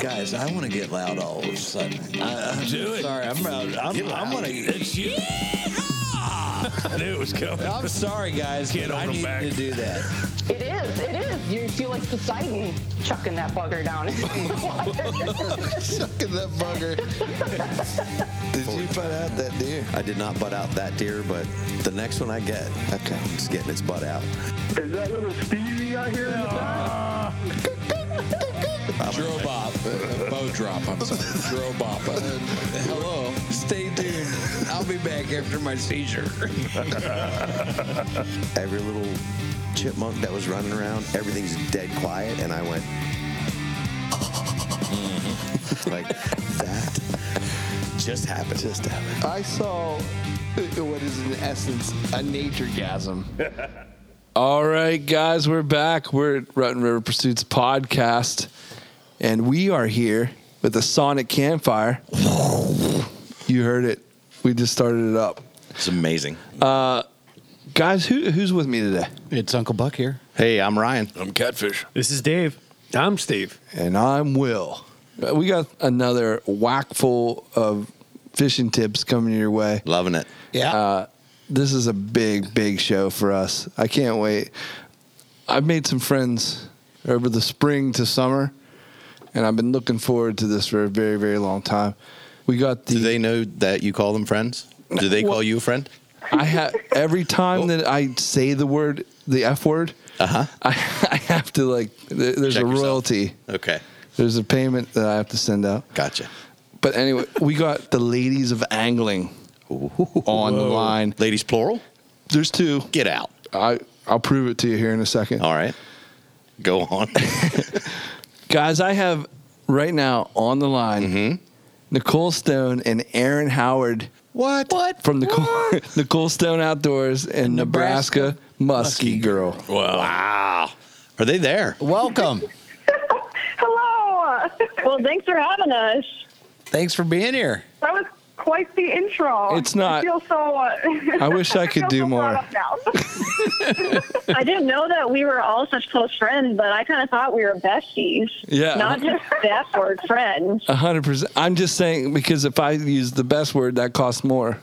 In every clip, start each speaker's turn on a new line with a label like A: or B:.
A: Guys, I want to get loud all of a sudden. I, I'm
B: Do it.
A: Sorry, I'm I'm, I'm, I'm gonna.
B: It's you. I knew it was coming.
A: I'm sorry, guys.
B: Can't
A: but I
B: hold 'em
A: need
B: back.
A: to do that.
C: It is. It is. You feel like Poseidon chucking that bugger down.
D: Sucking that bugger. Did you put out that deer?
E: I did not butt out that deer, but the next one I get,
D: Okay.
E: I'm just getting its butt out.
F: Is that little Stevie I hear in the back?
G: Drobop. Bow drop. I'm sorry. Drobop.
A: Hello.
G: Stay tuned. I'll be back after my seizure.
E: Every little chipmunk that was running around, everything's dead quiet, and I went like that. Just happened. Just happened.
D: I saw uh, what is in essence a nature gasm.
H: All right, guys, we're back. We're at Rutten River Pursuits podcast, and we are here with a sonic campfire. You heard it. We just started it up,
E: It's amazing.
H: guys. Who who's with me today?
I: It's Uncle Buck here.
E: Hey, I'm Ryan.
B: I'm catfish.
J: This is Dave. I'm Steve.
H: And I'm Will. Uh, We got another whackful of fishing tips coming your way.
E: Loving it.
D: Yeah.
H: Uh, this is a big, big show for us. I can't wait. I've made some friends over the spring to summer, and I've been looking forward to this for a very, very long time. We got the.
E: Do they know that you call them friends? Do they
H: Well-
E: call you a friend?
H: I have every time that I say the word, the F word.
E: Uh-huh.
H: I, I have to like. There, there's
E: Check
H: a
E: yourself.
H: royalty.
E: Okay.
H: There's a payment that I have to send out.
E: Gotcha.
H: But anyway, we got the ladies of angling on the line.
E: Ladies plural?
H: There's two.
E: Get out.
H: I I'll prove it to you here in a second.
E: All right. Go on.
H: Guys, I have right now on the line Nicole Stone and Aaron Howard
E: what? What?
H: from Nicole, Nicole Stone Outdoors and Nebraska, Muskie Girl.
E: Wow. Are they there?
I: Welcome.
C: Hello. Well, thanks for having us.
I: Thanks for being here.
F: That was quite the intro.
H: It's not-
F: I feel so. Uh,
H: I wish I could
F: feel
H: do
F: so
H: more.
F: brought up now.
C: I didn't know that we were all such close friends, but I kind of thought we were besties.
H: Yeah.
C: Not just that word, friends.
H: A hundred percent. I'm just saying because if I use the best word, that costs more.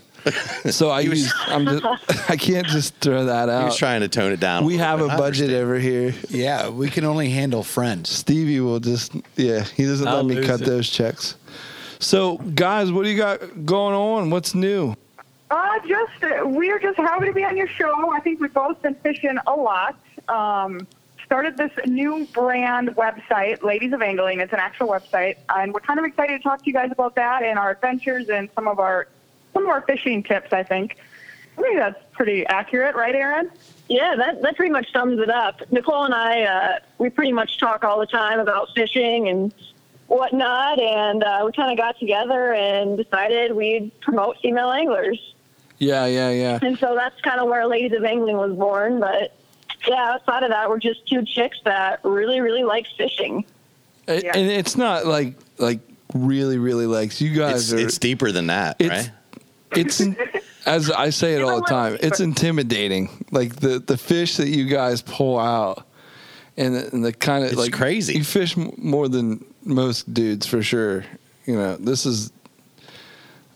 H: So I use. I'm just. I can't just throw that
E: He was
H: out.
E: trying to tone it down.
H: Uh, We
E: little
H: have a
E: bit. I
H: budget
E: understand.
H: over here.
I: Yeah, we can only handle friends.
H: Stevie will just yeah, he doesn't
J: I'll
H: let me
J: lose
H: cut
J: it.
H: those checks. So guys, what do you got going on? What's new?
F: Uh, just uh, we are just happy to be on your show. I think we've both been fishing a lot. Um, started this new brand website, Ladies of Angling. It's an actual website, and we're kind of excited to talk to you guys about that and our adventures and some of our some of our fishing tips. I think. I think that's pretty accurate, right, Aaron?
C: Yeah, that, that pretty much sums it up. Nicole and I, uh, we pretty much talk all the time about fishing and whatnot, and uh, we kind of got together and decided we'd promote female anglers.
H: Yeah, yeah, yeah.
C: And so that's kind of where Ladies of Angling was born. But yeah, outside of that, we're just two chicks that really, really like fishing.
H: A-
F: Yeah.
H: And it's not like like really really likes you
E: It's,
H: guys are.
E: it's deeper than that,
H: it's
E: right?
H: it's in- as I say it all the
C: Everyone's
H: time. It's
C: different.
H: intimidating. Like the the fish that you guys pull out, and the, and the kind of
E: It's
H: like
E: crazy.
H: You fish m- more than most dudes for sure. You know this is.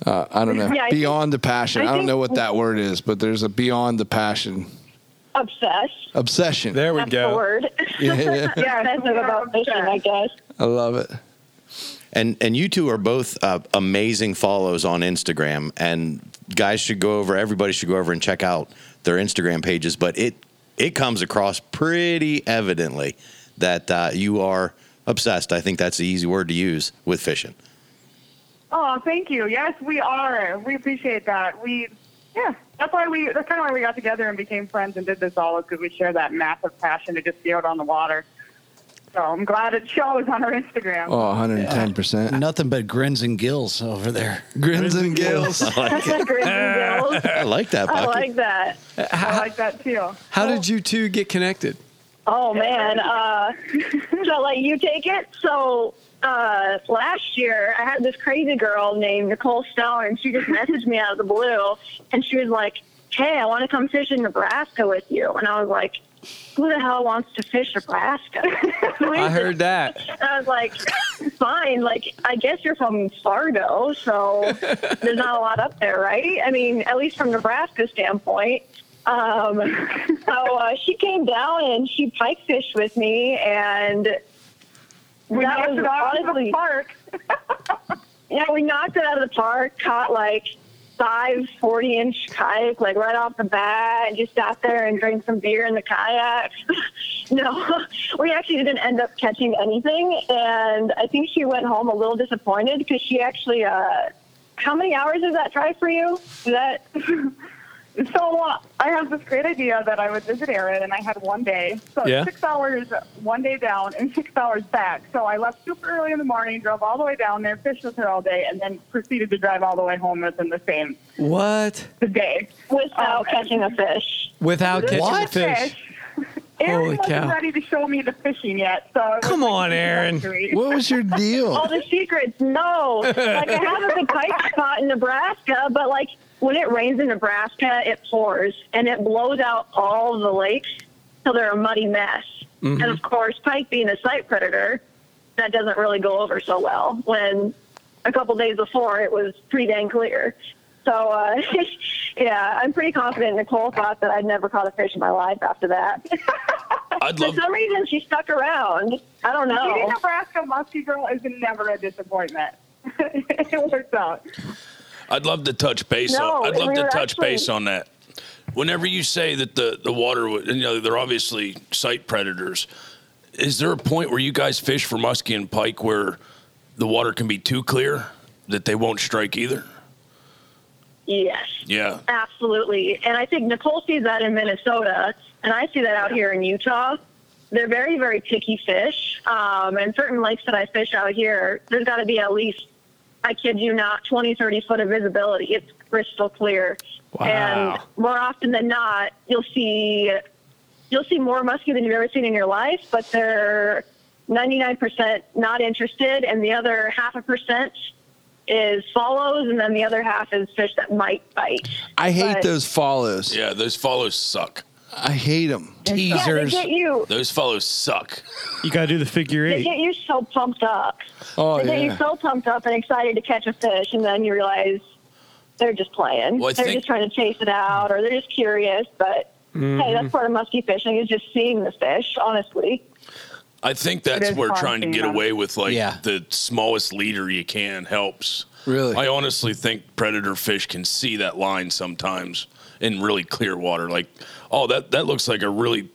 H: Uh, I don't know.
C: Yeah, I think-
H: beyond the passion.
C: I
H: I, don't
C: think-
H: know what that word is, but there's a beyond the passion
C: Obsessed.
H: obsession.
J: There we
C: That's the
J: go.
C: word.
H: Yeah,
F: Yeah,
C: Obsessive
F: we are
C: about fishing, I
F: obsessed.
C: guess.
H: I love it.
E: And and you two are both uh, amazing follows on Instagram. And guys should go over. Everybody should go over and check out their Instagram pages. But it it comes across pretty evidently that uh, you are obsessed. I think that's the easy word to use with fishing.
F: Oh, thank you. Yes, we are. We appreciate that. We, yeah, that's why we. That's kind of why we got together and became friends and did this all is because we share that massive passion to just be out on the water. So I'm glad it shows on our Instagram.
H: Oh, 110%.
I: Nothing but grins and gills over there.
H: Grins and gills.
E: I like, it.
C: Grins and gills.
E: I like that.
C: I
E: Bucky.
C: like that.
F: I like that too.
J: How did you two get connected?
C: Oh man, uh, so like you take it. So uh, last year, I had this crazy girl named Nicole Stone, and she just messaged me out of the blue, and she was like, "Hey, I want to come fish in Nebraska with you," and I was like, who the hell wants to fish Nebraska?
J: I heard that.
C: I was like, fine. Like, I guess you're from Fargo, so there's not a lot up there, right? I mean, at least from Nebraska standpoint. Um, so uh, she came down and she pike fished with me, and
F: We
C: that
F: knocked
C: was
F: it out of the
C: honestly park. yeah, we knocked it out of the park. Caught like five 40 inch kayak, like right off the bat. and Just sat there and drank some beer in the kayak. no, we actually didn't end up catching anything, and I think she went home a little disappointed because she actually. Uh, how many hours does that try for you? Is that
F: So uh, I have this great idea that I would visit Aaron, and I had one day. So it's
J: Yeah.
F: six hours one day down and six hours back. So I left super early in the morning, drove all the way down there, fished with her all day, and then proceeded to drive all the way home within the same
J: What?
F: the day.
C: without
F: Um,
C: catching a fish?
J: Without catching
F: What?
J: a fish.
F: Aaron
J: Holy
F: wasn't
J: cow.
F: ready to show me the fishing yet. So it was
J: Come
F: like
J: on,
F: a
J: Aaron.
F: mystery.
H: What was your deal?
C: all the secrets. No, like I have a good pike spot in Nebraska, but like when it rains in Nebraska, it pours and it blows out all the lakes till they're a muddy mess. And of course, pike being a sight predator, that doesn't really go over so well. When a couple days before, it was pretty dang clear. So uh, yeah, I'm pretty confident Nicole thought that I'd never caught a fish in my life after that.
B: I'd
C: For
B: love.
C: some reason, she stuck around. I don't
F: Meeting
C: know.
F: Nebraska Muskie Girl is never a disappointment. it works out.
B: I'd love to touch base.
C: No,
B: on, I'd love
C: we
B: to
C: were
B: touch
C: actually-
B: base on that. Whenever you say that the the water, wa- you know, they're obviously sight predators. Is there a point where you guys fish for muskie and pike where the water can be too clear that they won't strike either?
C: Yes.
B: Yeah.
C: Absolutely. And I think Nicole sees that in Minnesota, and I see that out here in Utah. They're very, very picky fish. Um, and certain lakes that I fish out here, there's got to be at least, I kid you not, 20, 30 foot of visibility. It's crystal clear.
J: Wow.
C: And more often than not, you'll see you'll see more muskie than you've ever seen in your life, but they're 99% not interested, and the other half a percent is follows, and then the other half is fish that might bite.
H: I hate
C: But-
H: those follows.
B: Yeah. Those follows suck.
H: I hate them.
C: Yeah, they
I: Teasers.
C: get you.
B: Those follows suck.
K: You got to do the figure
C: They
K: eight.
C: get you so pumped up.
H: Oh
C: they get
H: yeah.
C: you so pumped up and excited to catch a fish, and then you realize they're just playing.
B: Well, I
C: they're
B: think-
C: just trying to chase it out, or they're just curious. But hey,
H: Mm-hmm.
C: that's part of muskie fishing is just seeing the fish. Honestly,
B: I think that's
F: is
B: where
F: hard
B: trying to
F: being
B: get
F: on-
B: away with like
I: Yeah.
B: the smallest leader you can helps.
H: Really?
B: I honestly think predator fish can see that line sometimes in really clear water. Like, oh, that that looks like a really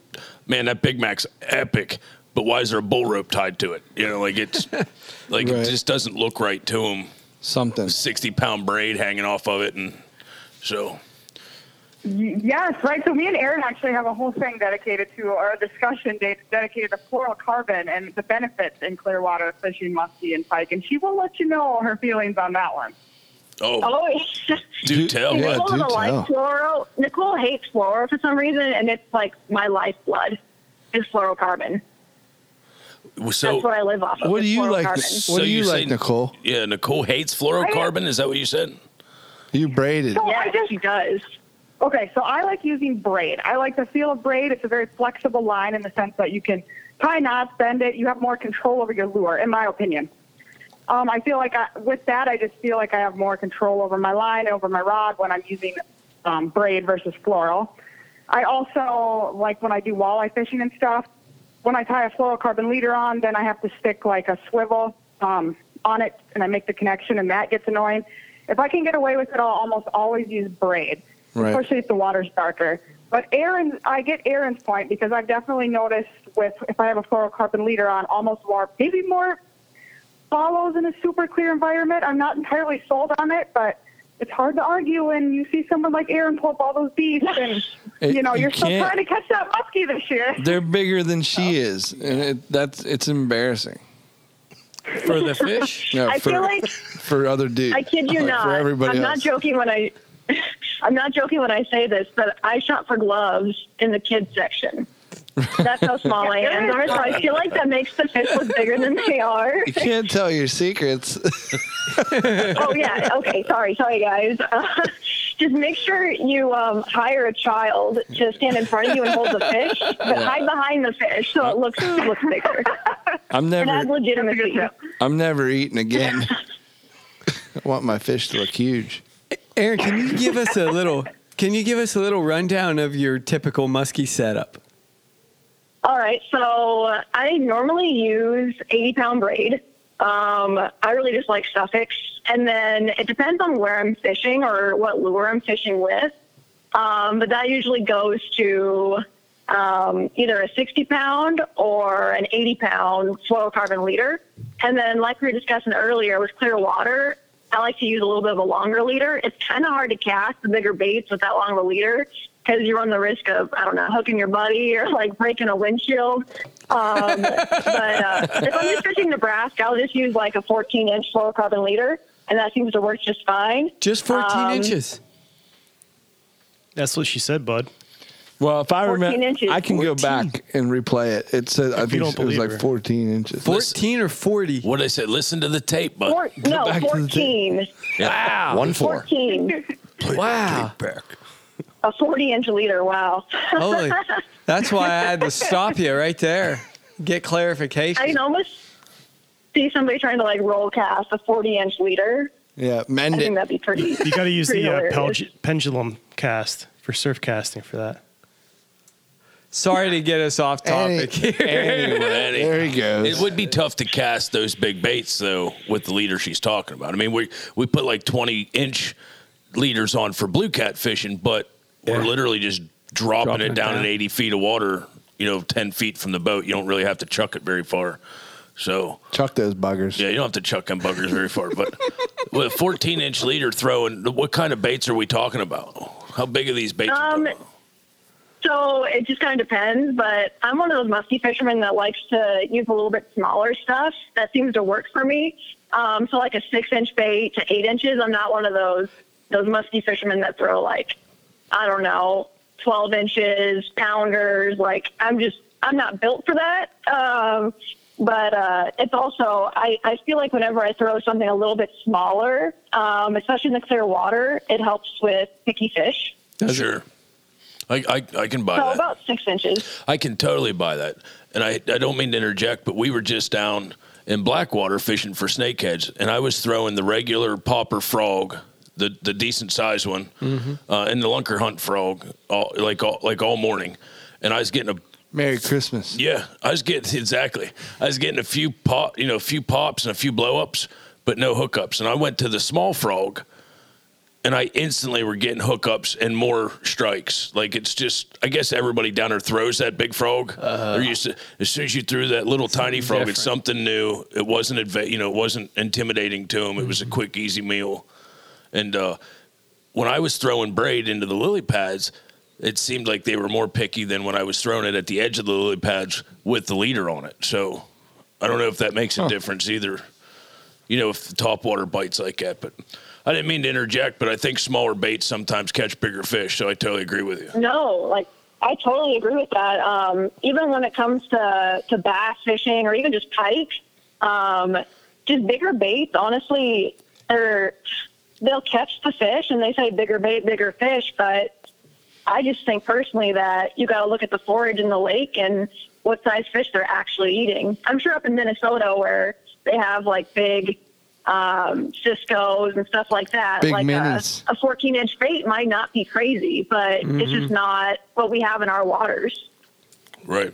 B: man. That Big Mac's epic, but why is there a bull rope tied to it? You know, like it's like
H: Right.
B: it just doesn't look right to him.
H: Something.
B: Sixty pound braid hanging off of it, and so
F: Yes, right. So me and Aaron actually have a whole thing dedicated to or a discussion de- dedicated to fluorocarbon and the benefits in Clearwater fishing muskie and pike, and she will let you know her feelings on that one.
B: oh,
C: oh, it's-
B: do tell.
H: yeah.
B: bud.
C: Nicole
H: do
C: doesn't like
H: tell.
C: fluoro. Nicole hates fluoro for some reason, and it's like my lifeblood is fluorocarbon.
B: So
C: That's what I live off of.
H: What
C: is
H: do you like? What
C: fluorocarbon.
B: So
H: do you
B: you
H: like,
B: say-
H: Nicole?
B: yeah, Nicole hates fluorocarbon. Is that what you said?
H: You braided.
F: So I
C: Yeah,
F: just
C: she does.
F: Okay, so I like using braid. I like the feel of braid. It's a very flexible line in the sense that you can tie knots, bend it. You have more control over your lure, in my opinion. Um, I feel like I, with that, I just feel like I have more control over my line, over my rod when I'm using um, braid versus floral. I also like when I do walleye fishing and stuff. When I tie a fluorocarbon leader on, then I have to stick like a swivel um, on it, and I make the connection, and that gets annoying. If I can get away with it, I'll almost always use braid
H: Right.
F: especially if the water's darker. But Aaron, I get Aaron's point because I've definitely noticed with if I have a fluorocarbon leader on, almost more, maybe more follows in a super clear environment. I'm not entirely sold on it, but it's hard to argue when you see someone like Aaron pull up all those beasts and
H: It-
F: you know
H: you
F: you're still
H: can't.
F: trying to catch that muskie this year.
H: They're bigger than she
C: Oh.
H: is, and it, that's it's embarrassing.
J: For the fish?
H: No,
C: I
H: for,
C: feel like
H: for other dudes.
C: I kid you
H: Like,
C: not.
H: For everybody
C: I'm
H: else.
C: not joking when I I'm not joking when I say this, but I shop for gloves in the kids section. That's how small I am. So I feel like that makes the fish look bigger than they are.
H: You can't tell your secrets.
C: Oh yeah. Okay. Sorry. Sorry, guys. just make sure you um, hire a child to stand in front of you and hold the fish, but
H: Yeah.
C: hide behind the fish so it looks looks bigger.
H: I'm
C: It
H: never
C: has legitimacy.
H: I'm never eating again. I want my fish to look huge.
J: Aaron, can you give us a little? Can you give us a little rundown of your typical muskie setup?
C: All right, so uh, I normally use 80 pound braid. Um, I really just like suffix. And then it depends on where I'm fishing or what lure I'm fishing with. Um, but that usually goes to um, either a 60 pound or an 80 pound fluorocarbon leader. And then, like we were discussing earlier, with clear water, I like to use a little bit of a longer leader. It's kind of hard to cast the bigger baits with that long of a leader because you run the risk of, I don't know, hooking your buddy or like breaking a windshield. Um, but uh, if I'm just fishing Nebraska, I'll just use like a 14 inch fluorocarbon leader, and that seems to work just fine.
J: Just 14
C: Um,
J: inches.
K: That's what she said, bud.
H: Well, if I
C: 14
H: remember,
C: inches.
H: I can go back and replay it. It said I
K: If
H: think
K: you
H: it
K: don't
H: was
K: believe
H: like
K: her.
H: 14 inches.
J: 14 or 40?
B: What did I say? Listen to the tape, bud.
C: Four, no, 14.
E: Yeah. One four.
C: 14.
J: Wow.
C: A 40 inch leader. Wow.
J: Holy. That's why I had to stop you right there. Get clarification.
C: I can almost see somebody trying to like roll cast a 40 inch leader.
H: Yeah,
C: I
H: mend
C: think that'd be pretty.
K: You got to use
C: pretty
K: the uh,
C: hilarious.
K: pelg- pendulum cast for surf casting for that.
J: Sorry to get us off topic here.
B: Anyway,
H: There he goes.
B: It would be tough to cast those big baits though with the leader she's talking about. I mean, we we put like twenty inch leaders on for blue cat fishing, but we're literally just dropping,
J: Dropping
B: it
J: it
B: down,
J: down.
B: in eighty feet of water. You know, ten feet from the boat. You don't really have to chuck it very far. So
H: Chuck those buggers.
B: yeah, you don't have to chuck them buggers very far. But with a fourteen inch leader throwing, what kind of baits are we talking about? How big are these baits?
C: Um, so it just kind of depends, but I'm one of those musky fishermen that likes to use a little bit smaller stuff. That seems to work for me. Um, so like a six inch bait to eight inches. I'm not one of those those musky fishermen that throw like I don't know twelve inches pounders. Like I'm just I'm not built for that. Um, but uh, it's also I, I feel like whenever I throw something a little bit smaller, um, especially in the clear water, it helps with picky fish.
B: sure. I, I, I can buy
C: So
B: that.
C: about six inches.
B: I can totally buy that. And I, I don't mean to interject, but we were just down in Blackwater fishing for snakeheads, and I was throwing the regular popper frog, the, the decent sized one, uh, and the lunker hunt frog, all, like all, like all morning. And I was getting a
H: Merry Christmas.
B: yeah, I was getting exactly. I was getting a few pop, you know, a few pops and a few blow ups, but no hookups. And I went to the small frog, and I instantly were getting hookups and more strikes. Like it's just, I guess everybody down there throws that big frog. They're used to, as soon as you threw that little tiny frog, it's
J: different.
B: something new. It wasn't, adva- you know, it wasn't intimidating to them. It was a quick, easy meal. And uh, when I was throwing braid into the lily pads, it seemed like they were more picky than when I was throwing it at the edge of the lily pads with the leader on it. So I don't know if that makes a difference either. You know, if the top water bites like that, but I didn't mean to interject, but I think smaller baits sometimes catch bigger fish. So I totally agree with you.
C: No, like I totally agree with that. Um, even when it comes to, to bass fishing or even just pike, um, just bigger baits, honestly, they're, they'll catch the fish and they say bigger bait, bigger fish. But I just think personally that you got to look at the forage in the lake and what size fish they're actually eating. I'm sure up in Minnesota where they have like big um, Cisco's and stuff like that,
H: Big
C: like a-
H: minis.
C: a 14 inch bait might not be crazy, but it's just not what we have in our waters.
B: Right.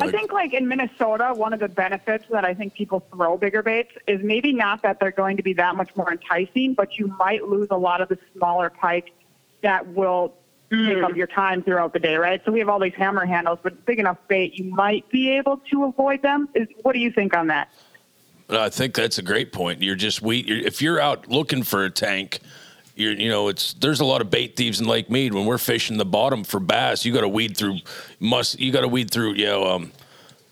F: I think, like in Minnesota, one of the benefits that I think people throw bigger baits is maybe not that they're going to be that much more enticing, but you might lose a lot of the smaller pike that will take up your time throughout the day, right? So we have all these hammer handles, but big enough bait, you might be able to avoid them. Is what do you think on that?
B: No, I think that's a great point. You're just we you're, if you're out looking for a tank, you're you know it's there's a lot of bait thieves in Lake Mead. When we're fishing the bottom for bass, you got to weed through must you got to weed through you know um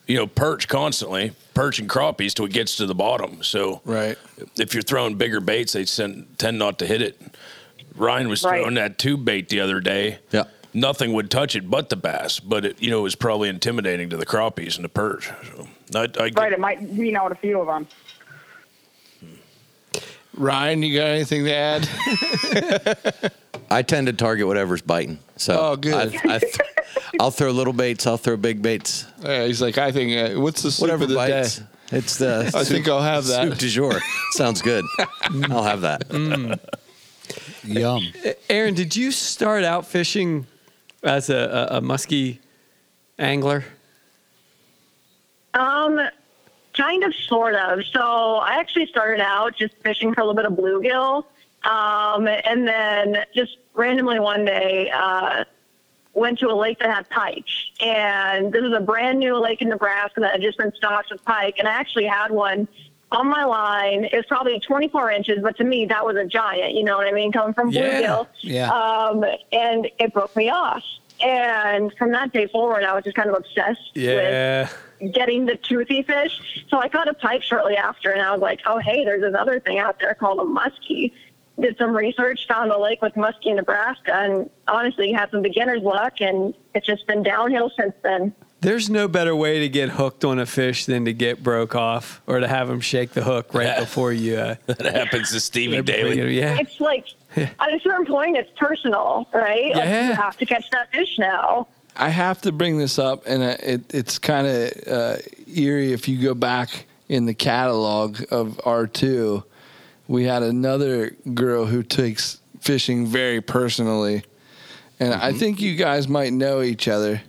B: you know perch constantly perch and crappies till it gets to the bottom. So
H: Right.
B: if you're throwing bigger baits, they send, tend not to hit it. Ryan was
F: Right.
B: throwing that tube bait the other day.
E: Yeah.
B: Nothing would touch it but the bass, but it you know it was probably intimidating to the crappies and the perch. So I, I get-
F: Right, it might wean out a few of them.
H: Ryan, you got anything to add?
E: I tend to target whatever's biting. So
H: Oh, good.
E: I, I th- I'll throw little baits. I'll throw big baits.
H: Yeah, he's like, I think. Uh, what's the soup
E: Whatever
H: of the
E: bites.
H: day?
E: It's the.
H: I think I'll have that.
E: Soup du jour. Sounds good. I'll have that.
I: Yum.
J: Aaron, did you start out fishing as a, a, a muskie angler?
C: Um, kind of, sort of. So I actually started out just fishing for a little bit of bluegill, um, and then just randomly one day uh, went to a lake that had pike. And this is a brand new lake in Nebraska that had just been stocked with pike, and I actually had one on my line. It was probably 24 inches, but to me that was a giant. You know what I mean? Coming from
L: Yeah,
C: bluegill,
L: yeah.
C: Um, and it broke me off. And from that day forward, I was just kind of obsessed
J: Yeah.
C: getting the toothy fish. So I caught a pike shortly after, and I was like, oh, hey, there's this other thing out there called a muskie. Did some research, found a lake with muskie in Nebraska, and honestly, had some beginner's luck, and it's just been downhill since then.
J: There's no better way to get hooked on a fish than to get broke off or to have them shake the hook right before you. Uh,
B: That happens to Stevie Daly.
J: Yeah.
C: It's like, at a certain point, it's personal, right? Like, you have to catch that fish now.
H: I have to bring this up, and uh, it, it's kind of uh, eerie if you go back in the catalog of R2. We had another girl who takes fishing very personally, and I think you guys might know each other.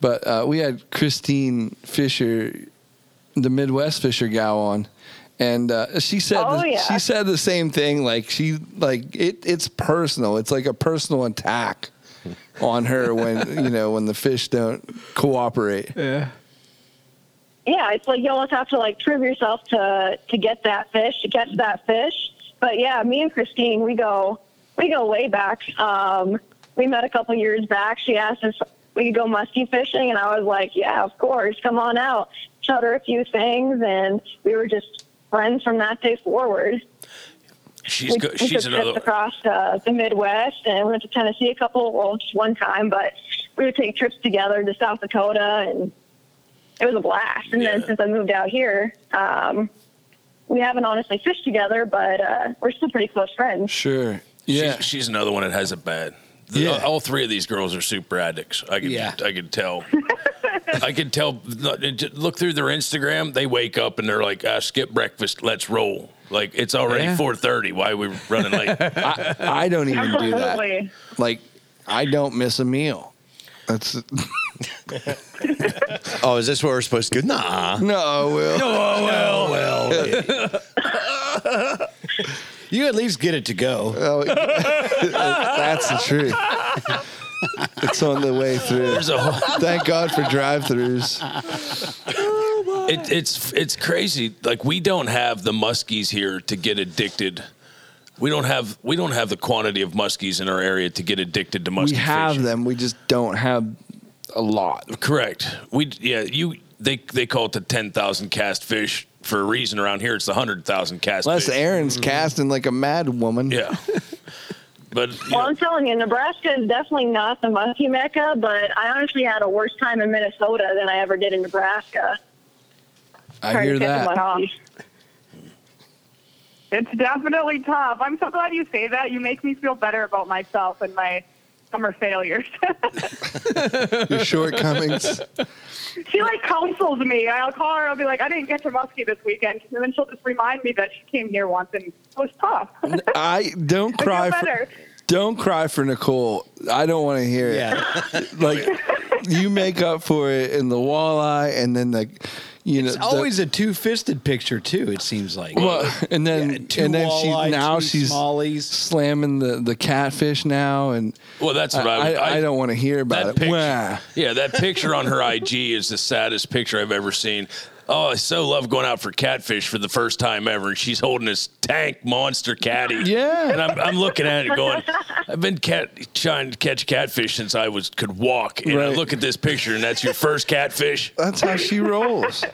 H: But uh, we had Christine Fisher, the Midwest Fisher gal, on, and uh, she said the, she said the same thing. Like she like it. It's personal. It's like a personal attack on her when you know when the fish don't cooperate.
J: Yeah.
C: yeah, it's like you almost have to like prove yourself to to get that fish, to catch that fish. But yeah, me and Christine, we go we go way back. Um, we met a couple years back. She asked us if we could go muskie fishing, and I was like, yeah, of course, come on out. Showed her a few things, and we were just friends from that day forward.
B: She's
C: we,
B: go,
C: we
B: she's
C: took trips
B: another.
C: across uh, the Midwest, and we went to Tennessee a couple, well, just one time, but we would take trips together to South Dakota, and it was a blast. And then since I moved out here, um, we haven't honestly fished together, but uh, we're still pretty close friends.
H: Sure.
B: Yeah. She's, she's another one that has it bad. The- All three of these girls are super addicts. I could
I: Yeah.
B: I could tell. I could tell. Look through their Instagram. They wake up and they're like, I skip breakfast. Let's roll. Like it's already
H: Yeah.
B: 4:30. Why are we running late?
H: I, I don't even do that.
C: Absolutely.
H: Like I don't miss a meal. That's
E: Oh, is this where we're supposed to go? Nah.
H: No, Will.
E: No, Will.
I: You at least get it to go.
H: that's the truth. It's on the way through.
B: There's a whole-
H: Thank God for drive-throughs.
B: it, it's it's crazy. Like we don't have the muskies here to get addicted. We don't have we don't have the quantity of muskies in our area to get addicted to muskie.
H: We have them. We just don't have a lot.
B: Correct. We yeah you they they call it the ten thousand cast fish for a reason around here. It's the hundred thousand cast.
H: Unless
B: fish. Mm.
H: Aaron's casting like a mad woman.
B: Yeah. But
C: Well, I'm telling you, Nebraska is definitely not the muskie mecca, but I honestly had a worse time in Minnesota than I ever did in Nebraska.
H: I
C: Trying
H: hear
C: to catch them
H: that.
C: on-
F: Um, It's definitely tough. I'm so glad you say that. You make me feel better about myself and my summer failures.
H: Your shortcomings.
F: she like counsels me. I'll call her. I'll be like, I didn't catch a muskie this weekend, and then she'll just remind me that she came here once and it was tough.
H: I don't cry for
F: better.
H: don't cry for Nicole. I don't want to hear it. like you make up for it in the walleye and then the you
I: It's
H: know the-
I: always a two-fisted picture too. It seems like.
H: well, and then
I: two
H: and then she
I: walleye,
H: now
I: two
H: she's
I: smallies.
H: slamming the, the catfish now and
B: Well, that's what I
H: I,
B: would- I-
H: don't want to hear about it.
B: picture-
H: Wah.
B: Yeah, that picture on her IG is the saddest picture I've ever seen. Oh, I so love going out for catfish for the first time ever. And she's holding this tank monster caddy.
H: Yeah.
B: And I'm, I'm looking at it going, I've been cat, trying to catch catfish since I was could walk. And I
H: Right.
B: look at this picture, and that's your first catfish.
H: That's how she rolls.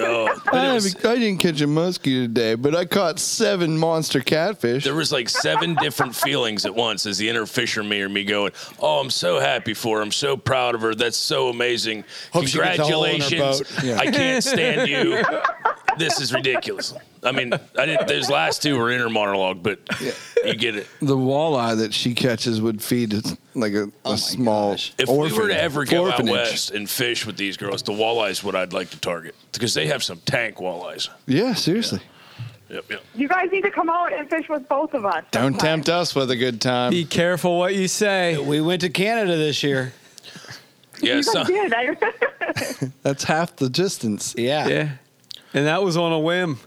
B: Oh, but
H: I,
B: it was-
H: haven't- I didn't catch a muskie today, but I caught seven monster catfish.
B: there was like seven different feelings at once as the inner fisher me or me going, Oh, I'm so happy for her. I'm so proud of her. That's so amazing.
M: Hope she gets a hole in her
B: Congratulations.
M: boat. Yeah.
B: I can't stand you. this is ridiculous. I mean, I didn't, those last two were inner monologue, but you get it.
H: The walleye that she catches would feed like a, a
I: Oh
H: small
B: If
H: orphan,
B: we were to ever go
H: orphanage.
B: out west and fish with these girls, the walleyes what I'd like to target because they have some tank walleyes.
H: Yeah, seriously.
B: Yep, yep.
F: You guys need to come out and fish with both of us.
H: Don't tempt us with a good time.
J: Be careful what you say.
I: We went to Canada this year.
B: Yeah,
F: You guys did. I,
H: That's half the distance.
I: Yeah.
J: Yeah. And that was on a whim.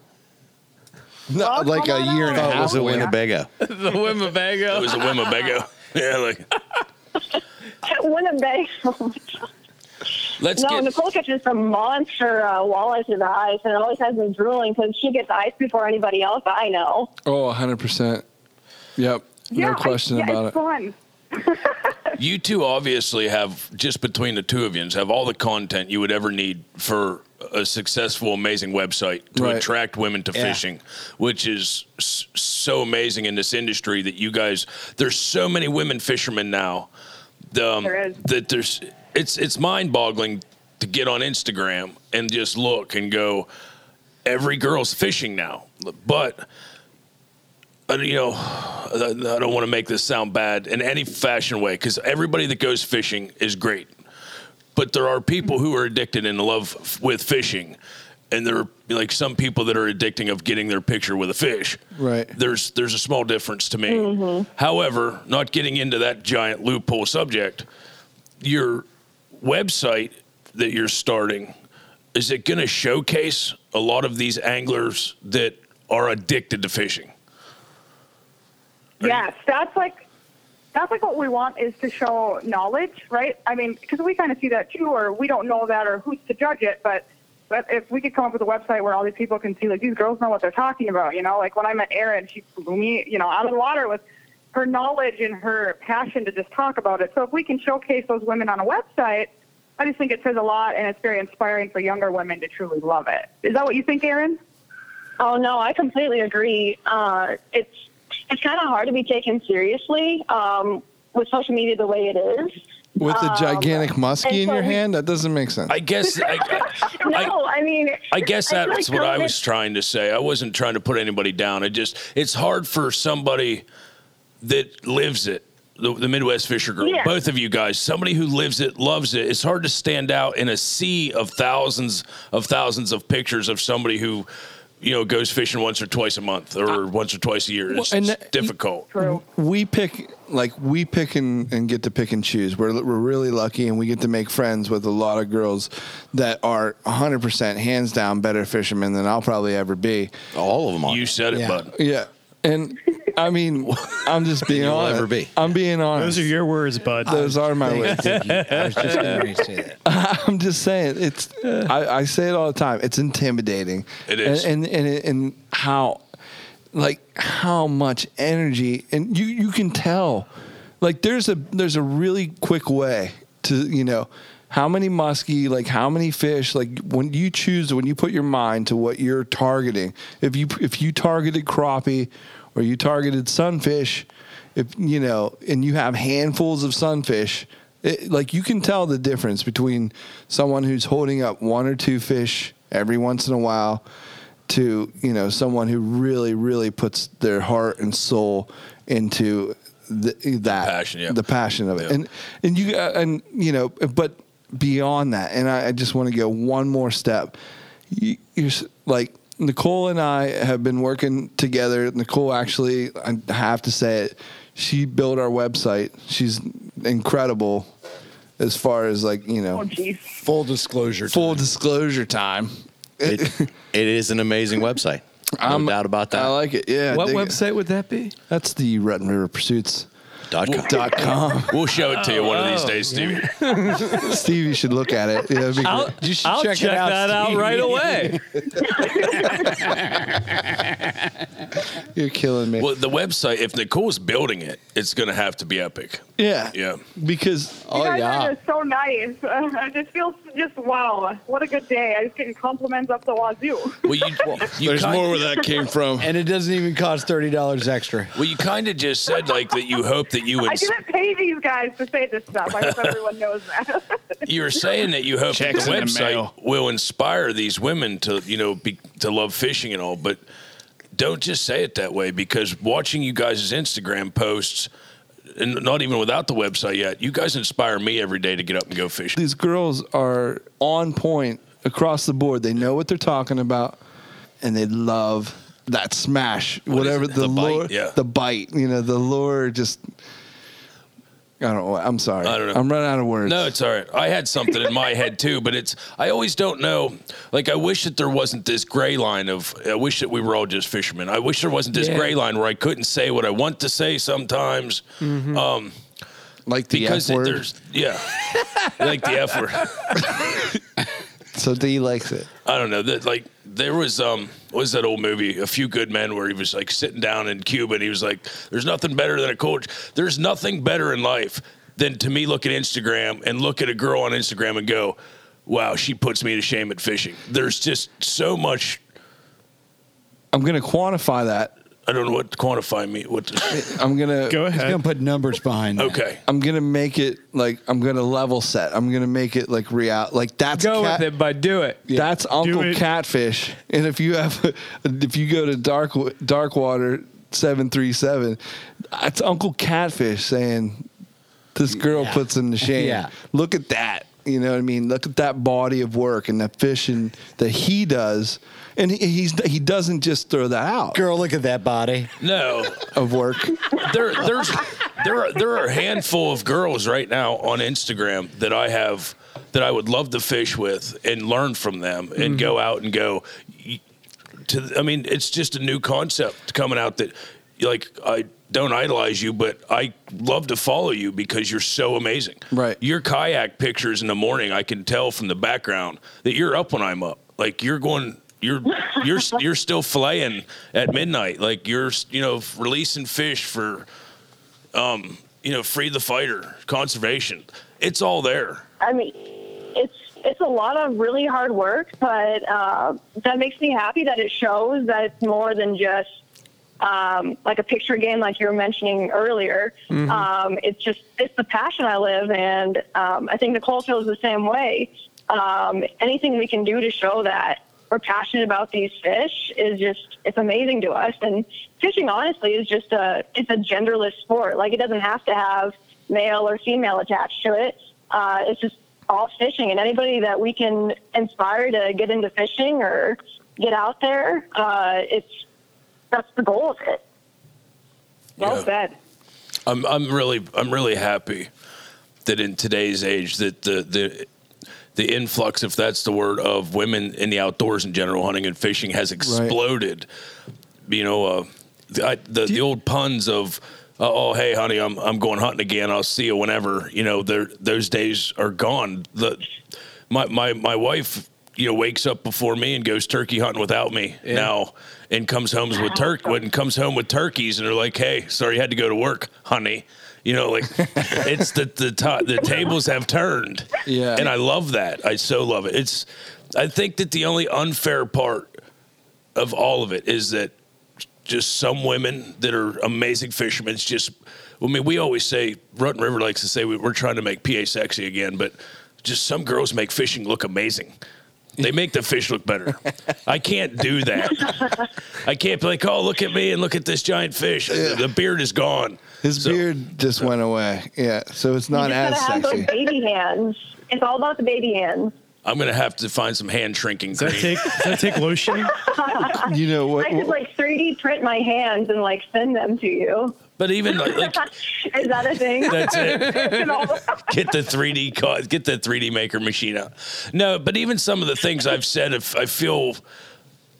H: Not like a year and a half.
E: was a
H: away.
E: Winnebago.
J: the Winnebago.
B: It was a Winnebago. yeah, like
C: Winnipeg.
B: let's
C: no,
B: get
C: Nicole catches some monster uh, walleyes in the ice, and it always has me drooling because she gets ice before anybody else I know.
H: Oh, 100%. Yep.
F: yeah,
H: no question
F: I, yeah,
H: about
F: it's
H: it.
F: fun.
B: you two obviously have just between the two of you have all the content you would ever need for a successful amazing website to
H: Right.
B: attract women to
I: Yeah.
B: fishing which is s- so amazing in this industry that you guys there's so many women fishermen now um,
F: There is.
B: that there's it's it's mind boggling to get on Instagram and just look and go every girl's fishing now but uh, you know, I I don't want to make this sound bad in any fashion way because everybody that goes fishing is great, but there are people who are addicted and in love f- with fishing, and there are like some people that are addicting of getting their picture with a fish.
H: Right.
B: There's there's a small difference to me. However, not getting into that giant loophole subject, your website that you're starting is it going to showcase a lot of these anglers that are addicted to fishing?
F: Yes, that's like that's like what we want is to show knowledge, right? I mean, because we kind of see that too, or we don't know that, or who's to judge it. But but if we could come up with a website where all these people can see, like these girls know what they're talking about, you know, like when I met Erin, she blew me, you know, out of the water with her knowledge and her passion to just talk about it. So if we can showcase those women on a website. I just think it says a lot, and it's very inspiring for younger women to truly love it. Is that what you think, Erin?
C: Oh no, I completely agree. Uh, it's it's kind of hard to be taken seriously um, with social media the way it is.
H: With a
F: uh,
C: Um,
H: gigantic
C: and
H: muskie in
C: so
H: your
C: we-
H: hand? That doesn't make sense.
B: I guess I, I,
C: No, I, mean,
B: I guess
C: I feel
B: that's
C: like
B: what I
C: COVID
B: was trying to say. I wasn't trying to put anybody down. It just it's hard for somebody that lives it. The, the Midwest Fisher Girl,
C: Yeah.
B: both of you guys, somebody who lives it, loves it. It's hard to stand out in a sea of thousands of thousands of pictures of somebody who, you know, goes fishing once or twice a month or once or twice a year.
H: Well,
B: It's,
H: and
B: it's
H: that-
B: difficult.
H: we pick like we pick and, and get to pick and choose we're, we're really lucky and we get to make friends with a lot of girls that are 100% hands down better fishermen than i'll probably ever be
E: All of them are.
B: You said it,
I: Yeah.
B: bud.
H: yeah and i mean i'm just being
E: You'll
H: honest
E: ever be.
H: i'm being honest
K: Those are your words, bud.
H: those are my words
I: I was just going to say that.
H: I'm just saying it's. I, I say it all the time. It's intimidating.
B: It is.
H: and and and, and how, like how much energy, and you you can tell, like there's a there's a really quick way to you know. How many muskie, like how many fish, like when you choose, when you put your mind to what you're targeting, if you if you targeted crappie or you targeted sunfish, if you know, and you have handfuls of sunfish, it, like you can tell the difference between someone who's holding up one or two fish every once in a while to you know someone who really really puts their heart and soul into the, that
B: passion, yeah.
H: the passion of it
B: Yeah.
H: and and you uh, and you know but beyond that and I, I just want to go one more step you, you're s- like Nicole and I have been working together. Nicole actually, I have to say it, she built our website. She's incredible as far as like, you
F: Oh,
H: know,
F: jeez.
I: Full disclosure.
H: full disclosure time.
E: It, it is an amazing website. No
H: I'm-
E: doubt about that.
H: I like it. Yeah. I
J: what
H: dig it.
J: website would that be?
H: That's the Rutten River Pursuits.
E: Dot com.
H: Dot com.
B: We'll show it to you one of these days, Stevie.
H: Stevie should look at it. Yeah, it'd be great.
I: You should
J: I'll
I: check
J: check,
I: it out,
J: that out
I: Steve.
J: right away.
H: You're killing me.
B: Well, the website, if Nicole's building it, it's going to have to be epic.
H: Yeah.
B: Yeah.
H: Because oh,
F: You guys are just so nice. Uh, I just feel just wow. What a good day. I was getting compliments up the wazoo.
B: Well, you, you
H: There's
B: kind-
H: more where that came from.
I: And it doesn't even cost thirty dollars extra.
B: Well, you kind of just said like that. You hope that you would.
F: I didn't pay these guys to say this stuff. I hope everyone knows that.
B: You were saying that you hope that
F: Checks
B: the
F: in the
B: website
F: mail.
B: will inspire these women to you know be, to love fishing and all, but don't just say it that way because watching you guys' Instagram posts. And not even without the website yet. You guys inspire me every day to get up and go fishing.
H: These girls are on point across the board. They know what they're talking about, and they love that smash, whatever
B: it?
H: the,
B: The bite?
H: lure,
B: Yeah.
H: the bite. You know, the lure just. I don't. know. I'm sorry.
B: I don't know.
H: I'm running out of words.
B: No, it's all right. I had something in my head too, but it's I always don't know. Like I wish that there wasn't this gray line of I wish that we were all just fishermen. I wish there wasn't this
K: Yeah.
B: gray line where I couldn't say what I want to say sometimes.
K: Mhm.
B: Um
H: like the
B: because
H: Mm-hmm. F word?
B: there's yeah. like the F word.
H: So D likes it.
B: I don't know. That like there was um what was that old movie A Few Good Men where he was like sitting down in Cuba and he was like, "There's nothing better than a coach. There's nothing better in life than to me look at Instagram and look at a girl on Instagram and go, wow, she puts me to shame at fishing. There's just so much.
H: I'm gonna quantify that.
B: I don't know what to quantify me. What to,
H: I'm gonna
I: He's gonna put numbers behind. that.
B: okay.
H: I'm gonna make it like I'm gonna level set. I'm gonna make it like real. Like that's
J: Go
H: cat-
J: with it, but do it.
H: That's Uncle
J: it.
H: Catfish. And if you have, if you go to Dark Darkwater seven three seven, that's Uncle Catfish saying, "This girl
I: Yeah.
H: puts him to shame.
I: Yeah.
H: Look at that. You know what I mean? Look at that body of work and the fishing that he does. And he, he's he doesn't just throw that out.
I: Girl, look at that body
B: No,
H: of work.
B: there there's there are there are a handful of girls right now on Instagram that I have that I would love to fish with and learn from them and go out and go y- to I mean it's just a new concept coming out that like I don't idolize you but I love to follow you because you're so amazing. Right. Your kayak pictures in the morning I can tell from the background that you're up when I'm up. Like you're going you're you're you're still filleting at midnight. Like you're you know releasing fish for um, you know, free the fighter, conservation. It's all there.
C: I mean, it's it's a lot of really hard work, but uh, that makes me happy that it shows that it's more than just um, like a picture game, like you were mentioning earlier.
L: Mhm.
C: Um, it's just it's the passion I live, and um, I think Nicole feels the same way. Um, anything we can do to show that we're passionate about these fish is just it's amazing to us. And fishing, honestly, is just a it's a genderless sport. Like it doesn't have to have male or female attached to it. Uh, it's just all fishing, and anybody that we can inspire to get into fishing or get out there, uh, it's that's the goal of it. Well
B: Yeah.
C: said.
B: I'm I'm really I'm really happy that in today's age that the the the influx, if that's the word, of women in the outdoors in general, hunting and fishing has exploded. You know, uh, the, I, the the old puns of uh, "Oh, hey, honey, I'm I'm going hunting again. I'll see you whenever." You know, they're- those days are gone. The my my my wife, you know, wakes up before me and goes turkey hunting without me now, and comes home with turk when comes home with turkeys, and they're like, "Hey, sorry, you had to go to work, honey." You know, like it's the the ta- the tables have turned.
H: Yeah.
B: And I love that. I so love it. It's I think that the only unfair part of all of it is that just some women that are amazing fishermen it's just I mean we always say Rutten River likes to say we, we're trying to make PA sexy again, but just some girls make fishing look amazing. They make the fish look better. I can't do that. I can't be like, oh, look at me and look at this giant fish. The, the beard is gone.
H: His beard just went away. Yeah, so it's not
C: you
H: as
C: just gotta have
H: sexy.
C: those baby hands. It's all about the baby hands.
B: I'm gonna have to find some hand shrinking cream.
K: Does that take lotion?
H: You know
C: I could like 3D print my hands and like send them to you.
B: But even like, like
C: Is that a thing?
B: That's it. get the 3D co- get the 3D maker machine out. No, but even some of the things I've said, if I feel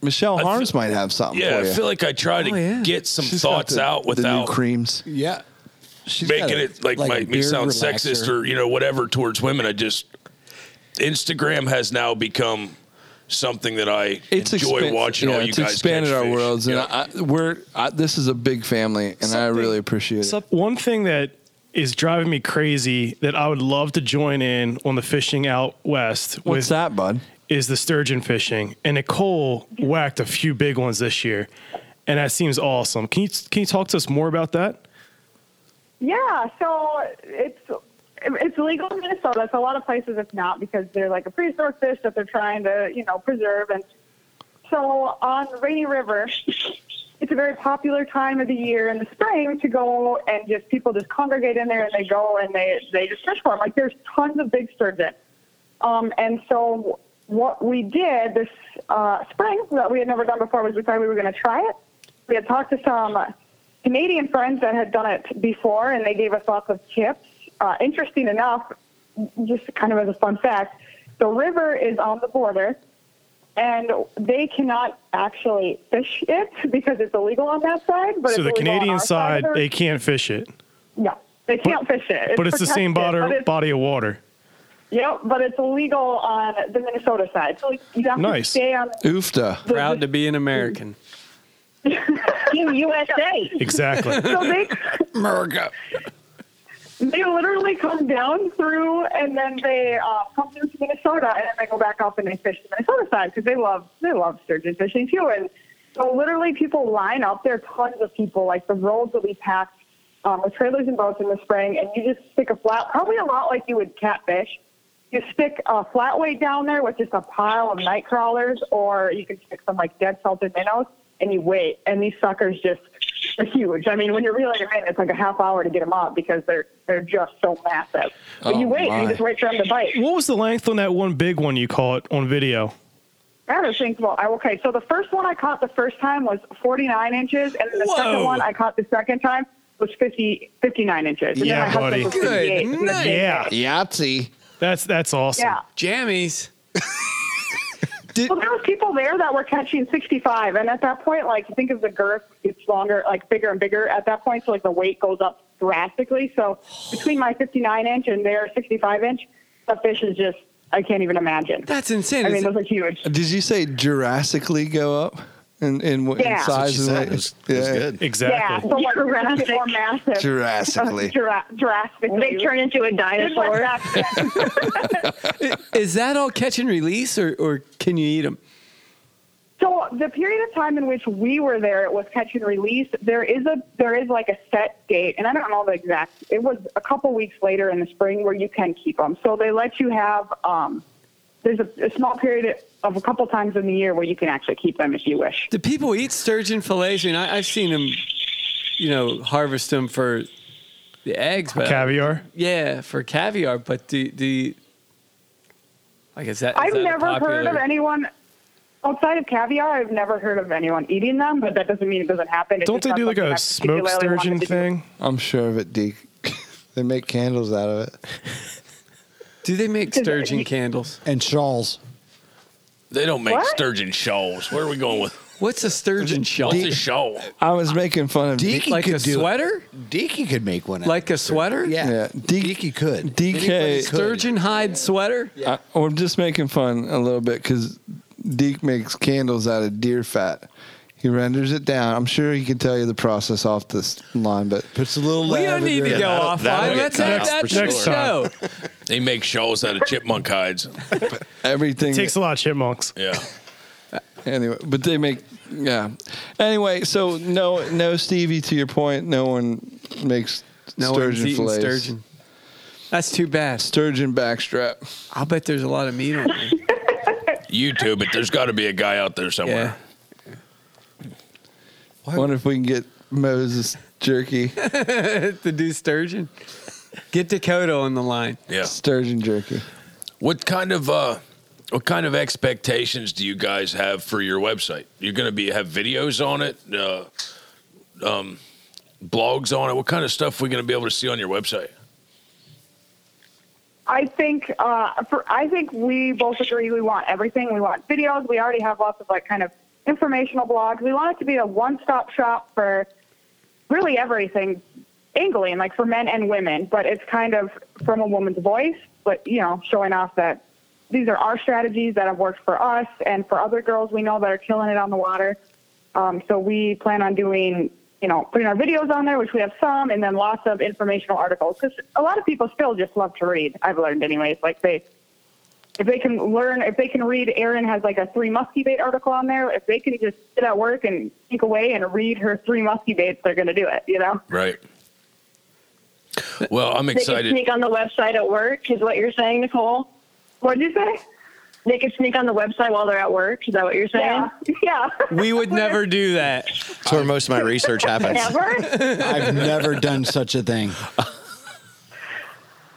H: Michelle Harms might have something.
B: yeah,
H: for
B: I
H: you.
B: feel like I try to get some
H: She's got
B: thoughts
H: the-
B: out
H: the
B: without
H: new creams.
I: Yeah,
B: making it like, my, me sound sexist or you know whatever towards women. I just Instagram has now become something that I enjoy
H: expan-
B: watching.
H: yeah,
B: all you
H: it's
B: guys
H: expanded
B: catch
H: our
B: fish.
H: worlds, and I, I- we're I, this is a big family, and I really appreciate it.
K: One thing that is driving me crazy that I would love to join in on the fishing out west.
L: What's that, bud?
K: Is the sturgeon fishing. And Nicole whacked a few big ones this year. And that seems awesome. Can you can you talk to us more about that?
F: Yeah, so it's it's legal in Minnesota. So a lot of places it's not because they're like a prehistoric fish that they're trying to you know preserve. And so on Rainy River, it's a very popular time of the year in the spring to go and just people just congregate in there and they go and they they just fish for them. Like there's tons of big sturgeon. Um, and so what we did this uh, spring that we had never done before was we decided we were going to try it. We had talked to some Canadian friends that had done it before, and they gave us lots of tips. Uh, interesting enough, just kind of as a fun fact, the river is on the border, and they cannot actually fish it because it's illegal on that side. But
K: so
F: it's
K: the
F: illegal on
K: Canadian
F: our
K: side,
F: of the-
K: they can't fish it.
F: no, they can't fish it.
K: but it's the same
F: protected,
K: body,
F: but it's-
K: body of water.
F: Yep, but it's illegal on the Minnesota side. So you have to
K: Nice.
F: stay on
H: Uh,
L: Oofta.
H: Proud to be an American.
F: Team USA.
K: Exactly.
F: so they
L: America.
F: they literally come down through and then they uh, come through to Minnesota and then they go back up and they fish the Minnesota side because they love they love sturgeon fishing too. And so literally people line up. There are tons of people. Like the roads will be packed um, with trailers and boats in the spring, and you just stick a flat, probably a lot like you would catfish. You stick a flat weight down there with just a pile of night crawlers, or you can stick some like dead salted minnows, and you wait. And these suckers just are huge. I mean, when you're reeling them in, it's like a half hour to get them up because they're they're just so massive. But you
K: Oh,
F: wait, and
K: my.
F: you just wait for them to bite.
K: What was the length on that one big one you caught on video?
F: I don't think. Well, I, okay. So the first one I caught the first time was 49 inches, and then the second
K: Whoa.
F: one I caught the second time was 50, 59 inches. And
K: Yeah,
F: then my husband
K: buddy.
F: was
K: Good
F: 58, and then
K: night.
F: they-
K: Yeah.
L: Yahtzee.
K: That's that's awesome.
F: Yeah.
H: Jammies.
F: well, there was people there that were catching 65, and at that point, like think of the girth gets longer, like bigger and bigger. At that point, so like the weight goes up drastically. So between my 59 inch and their 65 inch, the fish is just I can't even imagine.
H: That's insane.
F: I mean,
H: Is
F: those are huge.
L: Did you say Jurassically go up in, in, what- in
F: Yeah. That's what
L: size?
N: she
L: and
N: said.
L: weight?
N: It was- it was good.
F: Yeah, so like Jurassic. more massive.
L: Jurassically.
F: Jura- Jurassically.
C: They turn into a dinosaur.
F: Good West accent.
H: Is that all catch and release, or, or can you eat them?
F: So the period of time in which we were there was catch and release. There is a there is like a set date, and I don't know the exact. It was a couple weeks later in the spring where you can keep them. So they let you have. Um, there's a, a small period of a couple times in the year where you can actually keep them if you wish.
H: Do people eat sturgeon fillets? I mean, I, I've seen them, you know, harvest them for the eggs, but
K: Caviar?
H: Yeah, for caviar. But do do you, like is that? is
F: I've
H: that a
F: never heard of
H: popular-
F: anyone outside of caviar. I've never heard of anyone eating them, but that doesn't mean it doesn't happen. It's
K: Don't
F: just
K: they
F: not
K: do like
F: something I
K: a smoked
F: particularly wanted
K: sturgeon
F: to do.
K: thing?
L: I'm sure of it, Deke. they make candles out of it.
H: Do they make sturgeon candles
E: and shawls?
B: They don't make
H: What?
B: sturgeon shawls. Where are we going with?
H: What's a sturgeon shawl?
B: What's a shawl?
L: I was making fun of
B: Deke
E: Like
B: could
E: a
B: do it.
H: sweater?
E: Deaky could make one. out
H: Like
E: of
H: a sweater?
E: Yeah.
L: Yeah, Deke,
E: Deaky could.
L: DK.
H: Sturgeon hide sweater?
L: I, I'm just making fun a little bit because Deke makes candles out of deer fat. He renders it down. I'm sure he can tell you the process off this line, but
E: puts a little.
H: We don't need to go off.
B: that'll
H: offline.
B: get
H: Let's
B: cut
H: end
B: out
H: that
B: for
H: next
B: sure.
H: show.
B: They make shawls out of chipmunk hides.
L: everything
K: Takes a lot of chipmunks.
B: Yeah.
L: anyway. But they make yeah. Anyway, so no, no Stevie. To your point, no one makes
H: No one's
L: sturgeon
H: eating
L: fillets.
H: sturgeon. That's too bad.
L: Sturgeon backstrap.
H: I'll bet there's a lot of meat on there.
B: You too, but there's got to be a guy out there somewhere.
L: I Wonder if we can get Moses jerky,
H: to do sturgeon. Get Dakota on the line.
B: Yeah.
L: sturgeon jerky.
B: What kind of uh, what kind of expectations do you guys have for your website? You're going to be have videos on it, uh, um, blogs on it. What kind of stuff we going to be able to see on your website?
F: I think uh, for, I think we both agree we want everything. We want videos. We already have lots of like kind of informational blogs. We want it to be a one-stop shop for really everything angling, like for men and women. But it's kind of from a woman's voice, but you know, showing off that these are our strategies that have worked for us and for other girls we know that are killing it on the water. Um, so we plan on doing you know, putting our videos on there, which we have some, and then lots of informational articles. Because a lot of people still just love to read. I've learned, anyways. Like they, if they can learn, if they can read, Erin has like a three musky bait article on there. If they can just sit at work and sneak away and read her three musky baits, they're going to do it. You know.
B: Right. Well, I'm
C: They could
B: excited.
C: sneak on the website at work, is what you're saying, Nicole?
F: What did you say?
C: They could sneak on the website while they're at work. Is that what you're saying?
F: Yeah.
H: We would never do that.
E: That's where most of my research happens.
O: I've never done such a thing.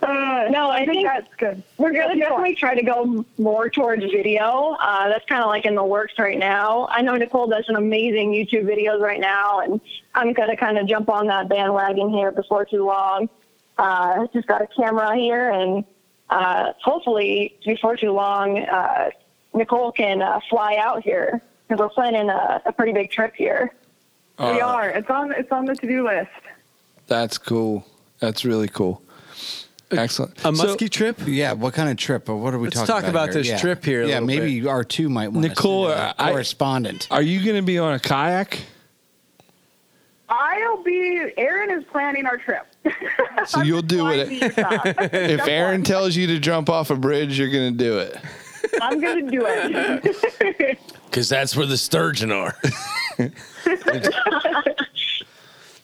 C: Uh, no, I, think, that's good. We're going to definitely try to go more towards video. Uh, that's kind of like in the works right now. I know Nicole does some amazing YouTube videos right now, and I'm going to kind of jump on that bandwagon here before too long. Uh, just got a camera here, and uh, hopefully before too long, uh, Nicole can uh, fly out here because we're planning a, a pretty big trip here.
F: we
L: Uh,
F: are. It's on. It's on the to-do list.
L: That's cool. That's really cool. Excellent.
O: A
L: musky
H: trip?
O: Yeah. What kind of trip? Or What are we
L: Let's
O: talking
L: talk
O: about?
L: about
O: here?
L: this
O: yeah.
L: trip here a
O: Yeah.
L: little
O: Maybe our two might want
L: Nicole,
O: to send a
L: I-
O: correspondent.
L: Are you going to be on a kayak?
F: I'll be. Aaron is planning our trip.
L: So you'll do it. if
F: Jump
L: Aaron tells you to jump off a bridge, you're going to do it.
F: I'm going to do it.
B: Because that's where the sturgeon are.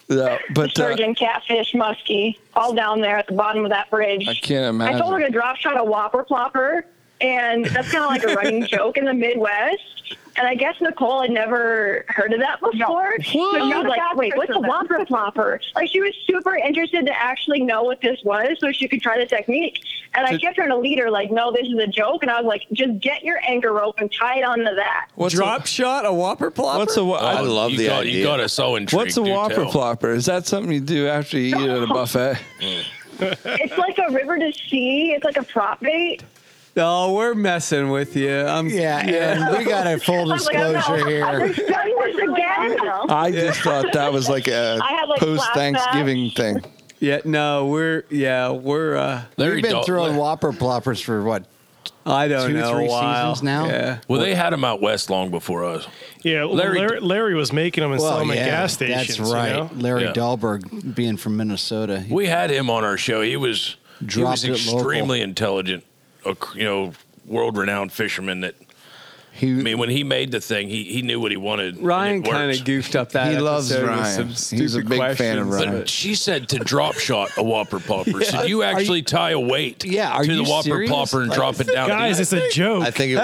L: Yeah, but uh,
C: Sturgeon, catfish, muskie, all down there at the bottom of that bridge.
L: I can't
C: I told her
L: imagine.
C: to drop shot a whopper plopper, and that's kind of like a running joke in the Midwest. And I guess Nicole had never heard of that before. So she
F: Not
C: was
F: a
C: like,
F: bad
C: wait, what's a
F: person.
C: whopper plopper? Like, she was super interested to actually know what this was so she could try the technique. And I kept trying to lead her, like, no, this is a joke. And I was like, just get your anchor rope and tie it onto that.
H: Drop shot, a whopper plopper.
L: What's a wa-
B: Oh, I love
L: you
B: the
L: got- you
B: idea.
L: got us
B: so
L: What's a whopper
B: plot?
L: plopper? Is that something you do after you eat at a buffet?
C: it's like a river to sea. It's like a prop bait.
H: Oh, we're messing with you. I'm,
O: yeah, and we got a full
C: I was like, I'm not-
H: disclosure
C: I'm
H: here.
C: just done this again.
L: I just thought that was like a
C: I had, like,
L: post Thanksgiving thing.
H: Yeah, no, we're yeah, we're uh
O: We've been throwing whopper ploppers for what?
H: I don't
O: two,
H: know,
O: Three
H: a while.
O: seasons now.
H: Yeah.
B: Well, they had them out west long before us.
K: Yeah, well,
B: Larry-
K: Larry, Larry, was making them and selling them at gas stations.
O: That's right.
K: You know?
O: Larry
B: Yeah.
O: Dahlberg, being from Minnesota,
B: We had him on our show. He was he
O: Dropped
B: was
O: it local.
B: extremely intelligent, a c- you know, world renowned fisherman. That
O: he, I
B: mean, when he made the thing, he, he knew what he wanted. and
H: Ryan
B: it worked.
H: kind of goofed up that.
L: He loves
H: episode with
L: Ryan.
H: some
L: He's
H: stupid
L: a big fan of
H: questions,
L: Ryan.
H: but-
B: But she said to drop shot a whopper popper.
H: Yeah.
B: Should you
H: Are you-
B: actually tie a weight
H: Yeah, are
B: to the
H: you
B: whopper
H: serious?
B: popper and
H: Like-
B: drop it down?
H: Guys, it's a
K: joke.
E: I think it was.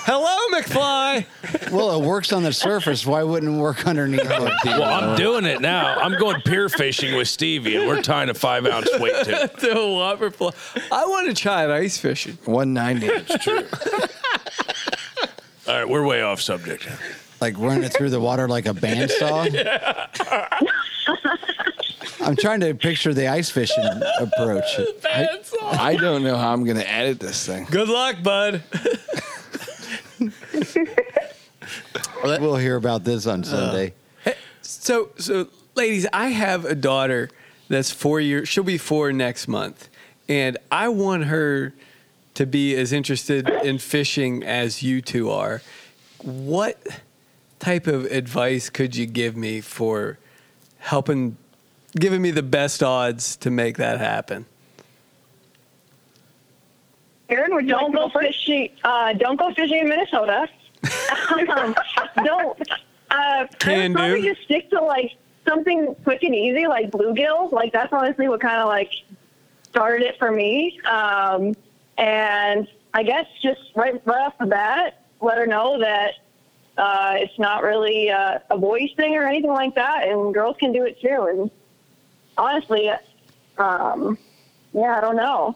H: Hello, hello, McFly.
O: well, it works on the surface. Why wouldn't it work underneath?
B: Well, I'm doing it now. I'm going pier fishing with Stevie, and we're tying a five ounce weight to. it.
H: the whopper plop. I want to try it ice fishing.
L: 190. It's
B: true. All right, we're way off subject.
O: like running it through the water like a bandsaw. I'm trying to picture the ice fishing approach.
L: I don't know how I'm going to edit this thing.
H: Good luck, bud.
O: We'll hear about this on Sunday.
H: So, so, ladies, I have a daughter that's four years. She'll be four next month, and I want her to be as interested in fishing as you two are. What type of advice could you give me for helping, giving me the best odds to make that happen?
F: Aaron, would you
C: don't
F: like to
C: go fishing. Uh, don't go fishing in Minnesota. um, don't. Uh, I
H: Can
C: would probably
H: do.
C: just stick to like something quick and easy, like bluegill. Like that's honestly what kind of like started it for me. Um, and I guess just right, right off the bat, let her know that uh, it's not really uh, a boys thing or anything like that, and girls can do it too. And honestly, um, yeah, I don't know.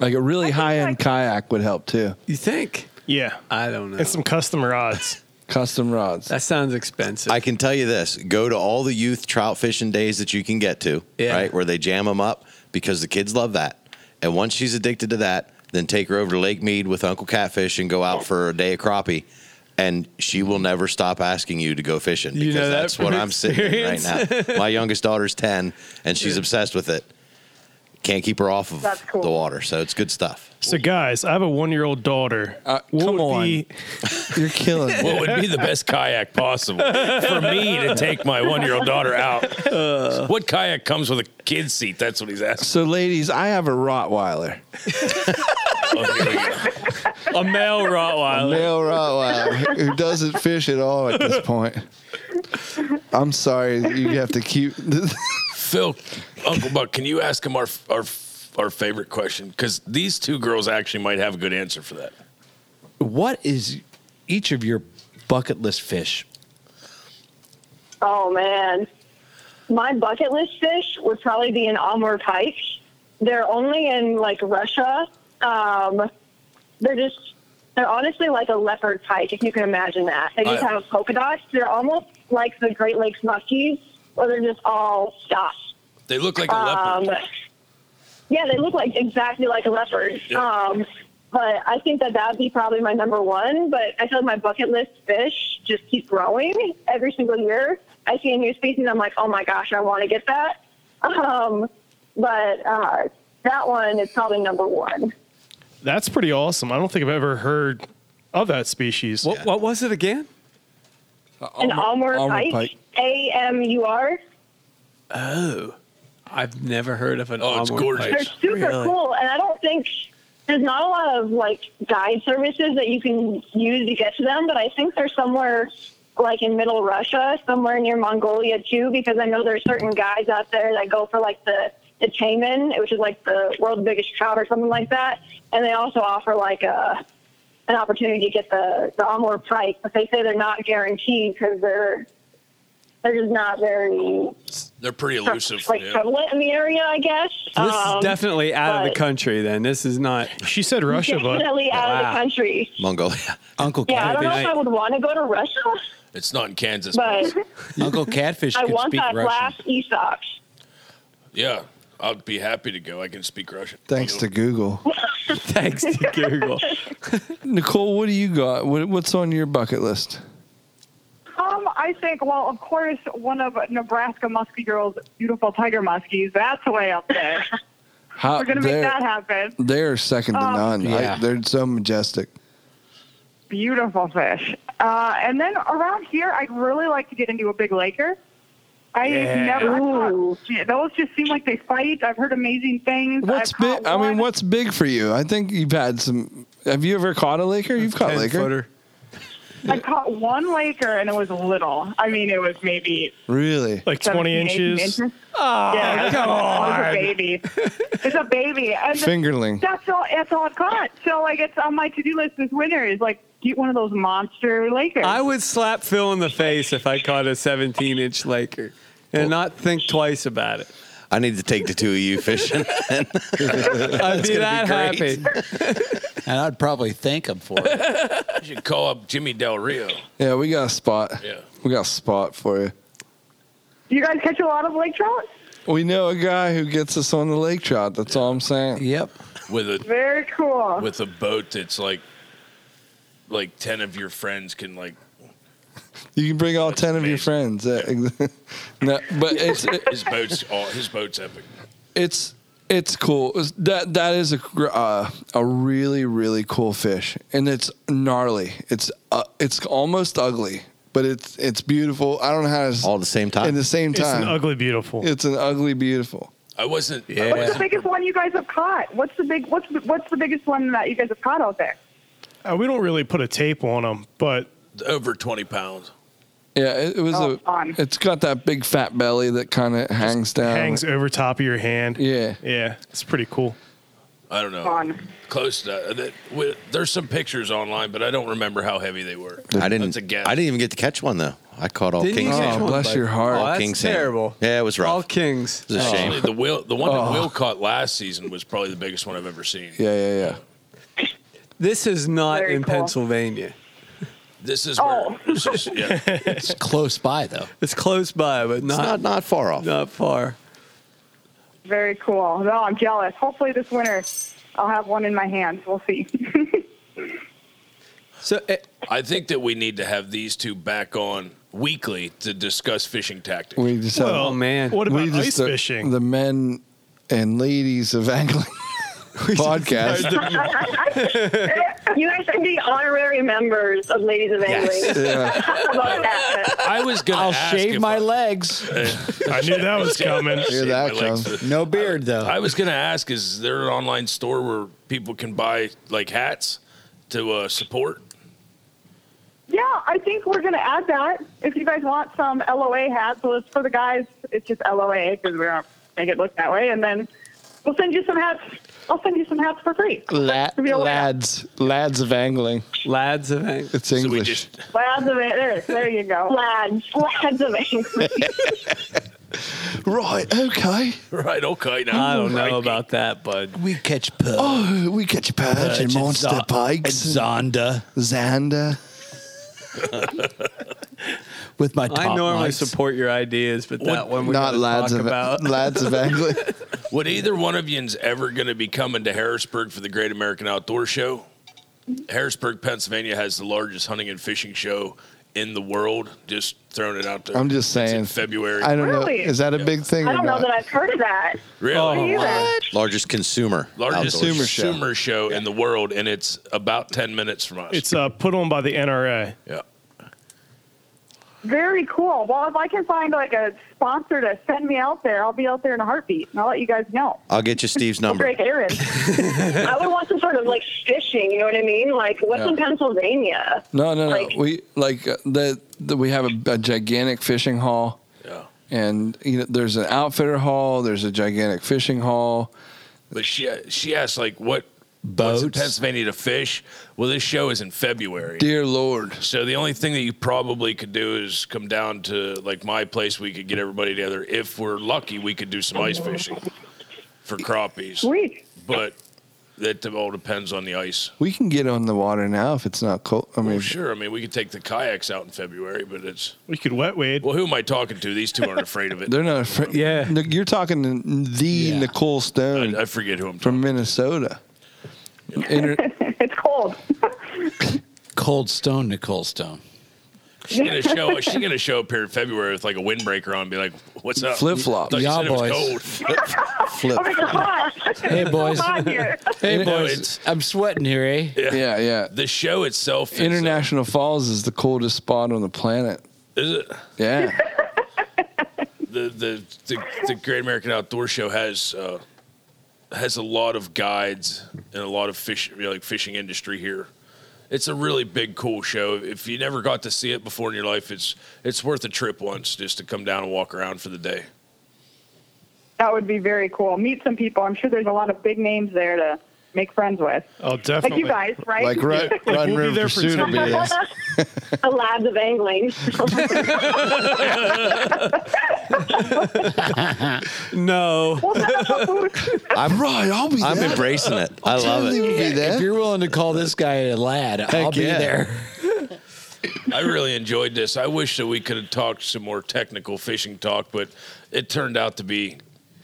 L: Like a really high end kayak would help too.
H: You think?
K: Yeah.
H: I don't know.
K: And some customer odds.
L: Custom rods.
H: That sounds expensive.
E: I can tell you this: go to all the youth trout fishing days that you can get to,
H: Yeah.
E: right? Where they jam them up because the kids love that. And once she's addicted to that, then take her over to Lake Mead with Uncle Catfish and go out for a day of crappie, and she will never stop asking you to go fishing because
H: You know that
E: that's
H: from
E: what I'm sitting in right
H: experience.
E: now. My youngest daughter's ten, and she's obsessed with it. Can't keep her off of
K: That's cool.
E: the water. So it's good stuff.
K: So, guys, I have a one-year-old daughter. what come on,
L: you're killing.
B: What would be the best kayak possible for me to take my one-year-old daughter out? what kayak comes with a kid seat? That's what he's asking.
L: So, ladies, I have a Rottweiler.
H: a male Rottweiler.
L: A male Rottweiler who doesn't fish at all at this point. I'm sorry, that you have to keep.
B: Phil, Uncle Buck, can you ask him our our our favorite question? Because these two girls actually might have a good answer for that.
P: What is each of your bucket list fish?
C: Oh man, my bucket list fish would probably be an Almer pike. They're only in like Russia. Um, they're just they're honestly like a leopard pike, if you can imagine that. They just
B: I-
C: have polka dots. They're almost like the Great Lakes muskies, or they're just all dots.
B: They look like a leopard.
C: Um, Yeah, they look like exactly like a leopard. Um, but I think that that would be probably my number one. But I feel like my bucket list fish just keep growing every single year. I see a new species, I'm like, oh my gosh, I want to get that. Um, but uh, that one is probably number one.
K: That's pretty awesome. I don't think I've ever heard of that species. What,
H: Oh, what was it again?
C: An Almor
K: Almor
C: pike, A M U R.
H: Oh, I've never heard of an.
B: Oh,
H: it's
C: They're super cool, and I don't think there's not a lot of like guide services that you can use to get to them. But I think they're somewhere like in Middle Russia, somewhere near Mongolia too, because I know there's certain guys out there that go for like the the taimen, which is like the world's biggest trout or something like that, and they also offer like a an opportunity to get the the Amur price, but they say they're not guaranteed because they're they're just not very
B: They're pretty elusive.
C: like
B: yeah.
C: prevalent in the area, I guess.
H: This
C: Um,
H: is definitely out of the
C: but-
H: country. Then this is not.
K: She said
C: Definitely out of the country.
E: Mongolia.
P: Uncle
C: Yeah, I don't know if I
P: Catfish.
C: would want to go to Russia,
B: It's not in Kansas.
C: but
P: Uncle Catfish
C: I
P: can
C: want
P: speak
C: that
P: Russian.
C: glass Esox.
B: Yeah, I'd be happy to go. I can speak Russian.
L: Thanks to Google.
H: Thanks to Google.
L: Nicole, what do you got? What, what's on your bucket list?
F: Um, I think, well, of course, one of Nebraska Muskie Girls' beautiful tiger muskies. That's way up there.
L: How,
F: We're going to make
L: they're-
F: that happen.
L: They're second to
F: Um,
L: none.
F: Yeah.
L: I, they're so majestic.
F: Beautiful fish. Uh, and then around here, I'd really like to get into a big Laker. I
L: Yeah.
F: never. I thought, yeah, those just seem like they fight. I've heard amazing things.
L: What's
F: I've
L: big? I mean, what's big for you? I think you've had some. Have you ever caught a laker? You've caught laker.
F: I caught one Laker and it was little. I mean, it was maybe
L: Really?
K: Like
F: 17, 18 inches.
L: Ah,
F: yeah, it was- it was a baby. It's a baby. And then-
L: Fingerling.
F: That's all. That's all I've got. So like, it's on my to-do list this winter. Is like get one of those monster Lakers.
H: I would slap Phil in the face if I caught a 17 inch Laker and not think twice about it.
E: I need to take the two of you fishing.
H: I'd
E: That's
H: be
E: gonna
H: that
E: be great.
H: happy.
P: And I'd probably thank him for it.
B: You should call up Jimmy Del Rio.
L: Yeah, we got a spot.
B: Yeah.
L: We got a spot for you.
F: Do you guys catch a lot of lake trout?
L: We know a guy who gets us on the lake trout. That's all I'm saying.
P: Yep.
B: with a
F: Very cool.
B: with a boat that's like like 10 of your friends can like
L: You can bring all ten of your friends. Yeah, ex- no, but it's
B: his boat's all his boat's epic
L: it's it's cool. It's- That that is a gr- uh, a really really cool fish, and it's gnarly. It's uh, it's almost ugly, but it's it's beautiful. I don't know how to s-
E: All at the same
B: Oh,
E: time.
L: in the same
K: It's an
L: time.
K: ugly, beautiful.
L: It's an ugly beautiful.
B: i wasn't
F: What's the biggest one you guys have caught? What's the big? What's the, what's the biggest one that you guys have caught out there?
K: Uh, we don't really put a tape on them, but
B: over 20 pounds
L: Yeah, it, it was a. It's got that big fat belly that kind of hangs down.
K: hangs over top of your hand.
L: Oh, Yeah.
K: Yeah. It's pretty cool.
B: i don't know
F: Fun.
B: close to uh, that, that with, there's some pictures online but i don't remember how heavy they were
E: I didn't.
B: that's a guess
E: I didn't even get to catch one though. I caught all
B: Didn't you
E: kings.
B: catch
E: salmon.
B: one,
L: Oh, bless bud? your heart.
E: All
B: Oh, that's
E: king salmon.
B: terrible.
E: Yeah, it was rough. All
H: kings.
E: It was a
B: Actually,
E: shame.
B: the will the one
H: Oh.
B: that will caught last season was probably the biggest one i've ever seen
L: Yeah, yeah, yeah.
H: This is not in
B: cool.
H: Pennsylvania.
B: this is where this is- yeah.
P: It's close by, though.
H: It's close by, but not
E: not- not far off.
H: Not far.
F: Very cool. No, I'm jealous. Hopefully this winter, I'll have one in my hands. We'll see.
H: So eh,
B: I think that we need to have these two back on weekly to discuss fishing tactics.
L: We just have,
K: Uh,
H: oh,
B: Well, man. what
L: we
B: about
L: just- uh,
B: ice
L: the,
B: fishing?
L: The men and ladies of angling podcast.
C: you guys should be honorary members of Ladies of Angling.
L: Yes. Yeah.
C: How about that?
B: I was gonna.
H: I'll
B: ask
H: shave
B: if
H: my legs.
B: I knew that was coming. Knew that coming.
H: No beard though.
B: I was gonna ask: Is there an online store where people can buy like hats to uh, support?
F: Yeah, I think we're going to add that. If you guys want some LOA hats, well, it's for the guys. It's just LOA because we don't make it look that way. And then we'll send you some hats. I'll send you some hats for free.
L: La-
F: Be aware.
L: lads, lads of angling.
Q: Lads of angling.
L: It's English.
F: Lads of it. There, there you go.
C: Lads. Lads of Angling.
L: right. Okay.
B: Right. Okay. Now
Q: I don't know about that, bud.
H: We catch perch.
L: Oh, we catch perch and
H: Perch and
L: monster
H: Zo-
L: pikes.
H: and Zonda.
L: Xander.
H: With my
Q: I
H: top
Q: normally
H: lights.
Q: support your ideas, but
B: What-
Q: that one we're
L: Not
Q: gonna
L: lads
Q: talk
L: of
Q: about.
L: lads of angling.
B: Would either one of yous ever going to be coming to Harrisburg for the Great American Outdoor Show? Harrisburg, Pennsylvania has the largest hunting and fishing show in the world. Just throwing it out there.
L: I'm just
B: It's
L: saying.
B: in February.
L: I don't
C: Really?
L: know. Is that a big thing?
C: I
L: or
C: don't know
L: not?
C: that I've heard of that.
F: Oh,
B: Really?
C: Either.
E: Largest consumer.
B: largest
E: outdoor
B: consumer
E: show.
B: show, in the world, and it's about ten minutes from us.
K: It's uh, put on by the NRA.
B: yeah.
F: Very cool. Well, if I can find like a sponsor to send me out there, I'll be out there in a heartbeat, and I'll let you guys know.
E: I'll get you Steve's
F: I'll
E: number.
F: break Aaron.
C: I would want some sort of like fishing. You know what I mean? Like what's
L: Yeah.
C: in Pennsylvania?
L: No, no, no.
C: Like-
L: we like uh, the, the we have a, a gigantic fishing hall,
B: Yeah.
L: and you know, there's an outfitter hall. There's a gigantic fishing hall.
B: But she she asked like what boats in
H: Boats.
B: Pennsylvania to fish. Well, this show is in February.
L: Dear Lord,
B: So the only thing that you probably could do is come down to like my place. We could get everybody together. If we're lucky, we could do some ice fishing for crappies.
F: Sweet.
B: But that all depends on the ice.
L: we can get on the water now if it's not cold. I mean,
B: Well, sure. I mean, we could take the kayaks out in February, but it's
K: We could wet wade.
B: well. Who am I talking to? These two aren't afraid of it.
L: they're not afraid.
K: Yeah.
L: Nic- you're talking to the Nicole Stone
B: I forget who I'm talking.
L: from Minnesota. Inter-
F: it's cold.
H: Cold Stone, Nicole Stone.
B: She's gonna show. She's gonna show up here in February with like a windbreaker on, and be like, "What's up?"
L: Flip-flop.
B: Thought you
H: Yeah,
B: said it was
H: boys.
B: cold.
H: Oh
L: flip.
F: Okay, it's hot.
H: Hey, boys.
F: It's hot here.
H: Hey,
B: No,
H: boys.
B: it's-
H: I'm sweating here, eh?
L: Yeah, yeah.
B: The show itself is uh,
L: International Falls is the coldest spot on the planet.
B: is it?
L: Yeah.
B: the the the, the Great American Outdoor Show has uh, has a lot of guides and a lot of fish you know, like fishing industry here. It's a really big, cool show. If you never got to see it before in your life, it's it's worth a trip once just to come down and walk around for the day.
F: That would be very cool. Meet some people. I'm sure there's a lot of big names there to make friends with.
K: Oh,
F: Like
K: definitely.
F: you guys, right?
L: like Run,
K: Like,
L: Run
K: we'll be
L: River
K: there for
L: Pursuit
K: 10
L: would be there.
C: A lads of angling.
Q: No.
F: We'll set up a booth.
L: I'm right. I'll be
E: I'm
L: there.
E: embracing it. I love
L: Totally
E: it.
L: will be
H: If
L: there.
H: you're willing to call this guy a lad, I'll be
E: yeah.
H: there.
B: I really enjoyed this. I wish that we could have talked some more technical fishing talk, but it turned out to be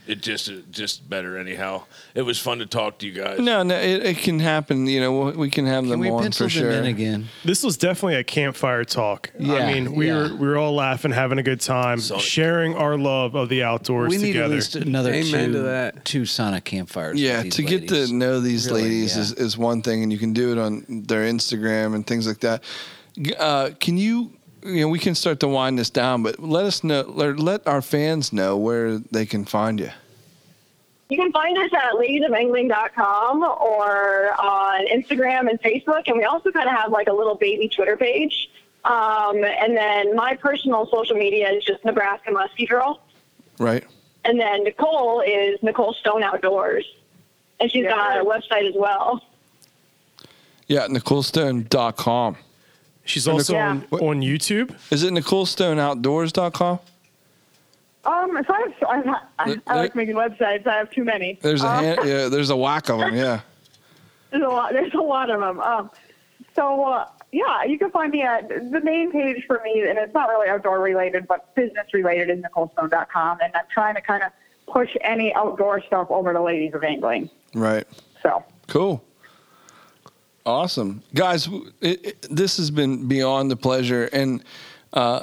B: it just just better anyhow. It was fun to talk to you guys.
L: No, no, it, it can happen. You know, we- we can have them
H: we
L: on
H: pencil
L: for sure.
H: them in again?
K: This was definitely a campfire talk.
H: Yeah,
K: I mean, we
H: yeah.
K: were we were all laughing, having a good time,
B: Sonic.
K: sharing our love of the outdoors
H: we need
K: together.
H: at least another
Q: Amen
H: two,
Q: to that.
H: two Sonic campfires.
L: Yeah,
H: with these
L: to get
H: ladies.
L: to know these
H: Really,
L: ladies
H: yeah.
L: is, is one thing, and you can do it on their Instagram and things like that. G- Uh, can you? You know, we can start to wind this down, but let us know. Let, let our fans know where they can find you.
C: You can find us at ladiesofangling.com or on Instagram and Facebook. And we also kind of have like a little baby Twitter page. Um, and then my personal social media is just Nebraska Muskie Girl.
L: Right?
C: And then Nicole is Nicole Stone Outdoors. And she's got a website as well.
L: Yeah, NicoleStone.com.
K: She's also
C: Yeah.
K: on, on YouTube.
L: Is it NicoleStoneOutdoors.com?
F: Um, so I, have, so I'm not, I, I like making websites. I have too many.
L: There's a
B: Uh.
F: um,
L: hand, yeah, there's a whack of them. Yeah.
F: There's a lot. There's a lot of them. Um, so uh, yeah, you can find me at the main page for me, and it's not really outdoor related, but business related is NicoleStone.com, and I'm trying to kind of push any outdoor stuff over to Ladies of Angling.
L: Right.
F: So
L: Cool. Awesome. Guys, w- it, it, this has been beyond the pleasure. And uh,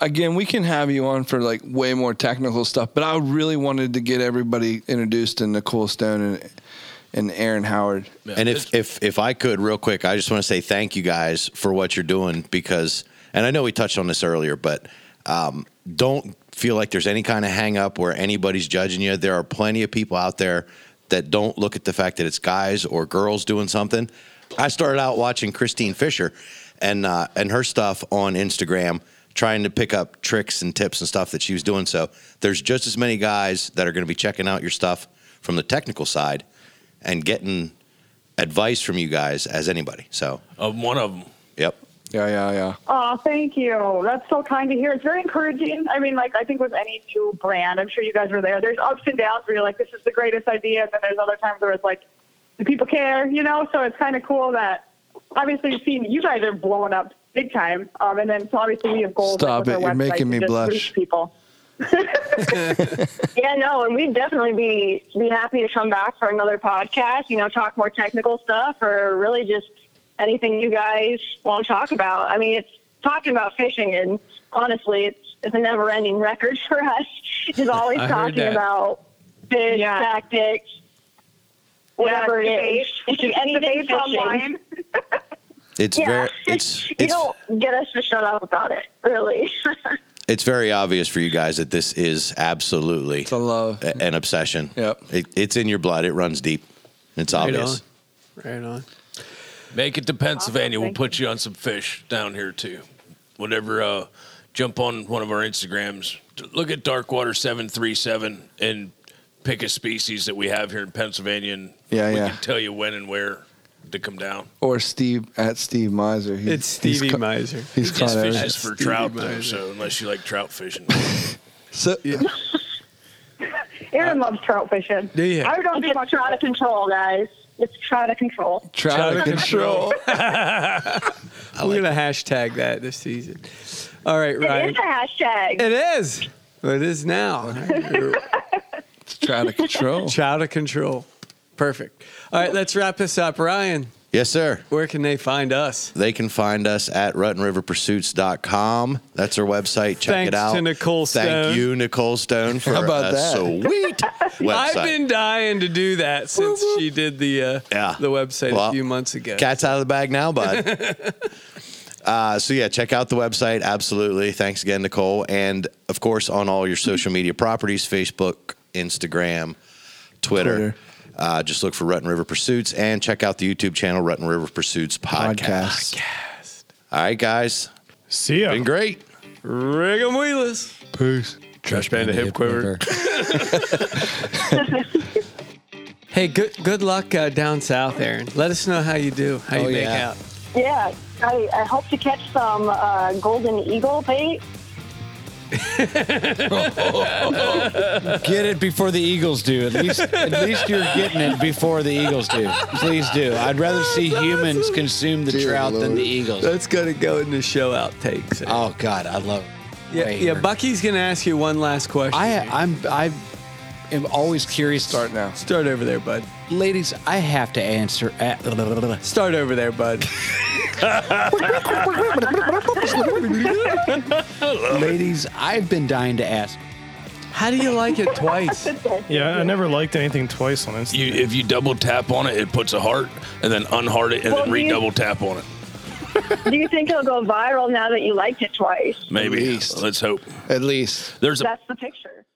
H: again, we can have you on for like way more technical stuff, but I really wanted to get everybody introduced to Nicole Stone and and Aaron Howard.
E: and if, if if I could real quick, I just want to say thank you guys for what you're doing because, and I know we touched on this earlier, but um, don't feel like there's any kind of hang up where anybody's judging you. There are plenty of people out there that don't look at the fact that it's guys or girls doing something. I started out watching Christine Fisher and uh, and her stuff on Instagram, trying to pick up tricks and tips and stuff that she was doing. So there's just as many guys that are going to be checking out your stuff from the technical side and getting advice from you guys as anybody. So
B: Of Uh, one of them.
E: Yep.
H: Yeah, yeah, yeah.
F: Oh, thank you. That's so kind to hear. It's very encouraging. I mean, like, I think with any new brand, I'm sure you guys were there. There's ups and downs where you're like, this is the greatest idea. And then there's other times where it's like, do people care? You know? So it's kind of cool that obviously you've seen you guys are blowing up big time. Um, and then so obviously we have goals.
H: Stop
F: like, with
H: it.
F: our
H: You're
F: website
H: making
F: to
H: me
F: just
H: blush.
F: reach People.
C: yeah, no, and we'd definitely be be happy to come back for another podcast. You know, talk more technical stuff or really just anything you guys want to talk about. I mean, it's talking about fishing, and honestly, it's it's a never ending record for us. It's always
M: I heard
C: talking
M: that.
C: about fish
F: Yeah.
C: tactics, whatever it is,
F: It's
C: Just anything
F: debates
C: fishing.
F: online.
E: It's
C: Yeah.
E: very it's
C: You
E: it's
C: don't get us to shut up about it, really.
E: it's very obvious for you guys that this is absolutely it's
H: a love
E: an obsession.
H: Yep.
E: It, it's in your blood. It runs deep. It's
B: Right
E: obvious.
J: Right on.
B: Make it to Pennsylvania. We'll
J: thank
B: put you on some fish down here too. Whatever. Uh, jump on one of our Instagrams. Look at Darkwater Seven Three Seven and pick a species that we have here in Pennsylvania, and
H: Yeah,
B: we
H: yeah.
B: can tell you when and where to come down.
H: Or Steve at Steve Miser. He-
B: It's
H: he's
B: Stevie
H: ca-
B: Miser.
H: He's
B: he
H: caught
B: just
H: everything.
B: fishes for trout though, so unless you like trout fishing,
H: So,
F: Aaron loves trout fishing.
B: Do ya?
F: I don't do much out of control, guys. It's try to control.
H: Trout out of control.
J: We're gonna hashtag that this season. All right,
C: It
J: Ryan.
C: is a hashtag.
J: It is. Well, It is now. it's
H: child of control.
J: Child of control. Perfect. All right, let's wrap this up, Ryan.
E: Yes, sir.
J: Where can they find us?
E: They can find us at ruttenriverpursuits.com. That's our website. Check
J: Thanks
E: it out.
J: to Nicole Stone.
E: Thank you, Nicole Stone, for
J: How about
E: a
J: that?
E: sweet website.
J: I've been dying to do that since she did the uh, the website a few months ago.
E: Cat's out of the bag now, bud. uh, so yeah, check out the website. Absolutely. Thanks again, Nicole, and of course on all your social media properties: Facebook, Instagram, Twitter. Uh, just look for Rutten River Pursuits and check out the YouTube channel Rutten River Pursuits podcast. All right, guys.
K: See ya.
E: Been great.
J: Rig 'em wheelers.
H: Peace.
J: Trash band to hip quiver. hey, good good luck uh, down south, Aaron. Let us know how you do, how you
C: Oh,
J: make
C: yeah.
J: out.
C: Yeah, I, I hope to catch some uh, golden eagle bait.
L: Get it before the Eagles do. At least, at least you're getting it before the Eagles do. Please do. I'd rather see humans consume the
J: Oh, Dear
L: trout than
J: Lord.
L: the Eagles.
J: That's gonna go in the show outtakes.
L: Oh God, I love.
J: Yeah,
L: Right
J: yeah.
L: here.
J: Bucky's gonna ask you one last question.
L: I, I'm, I am always curious.
H: Start now.
J: Start over there, bud.
L: Ladies, I have to answer. At,
J: Start over there, bud.
L: Ladies, I've been dying to ask.
J: How do you like it twice?
K: Yeah, I never liked anything twice on Instagram.
B: you, if you double tap on it, it puts a heart, and then unheart it, and
C: Well,
B: then
C: do you-
B: redouble tap on it.
C: Do you think it'll go viral now that you liked it twice?
B: Maybe. Let's hope.
H: At least
B: there's a
C: That's the picture.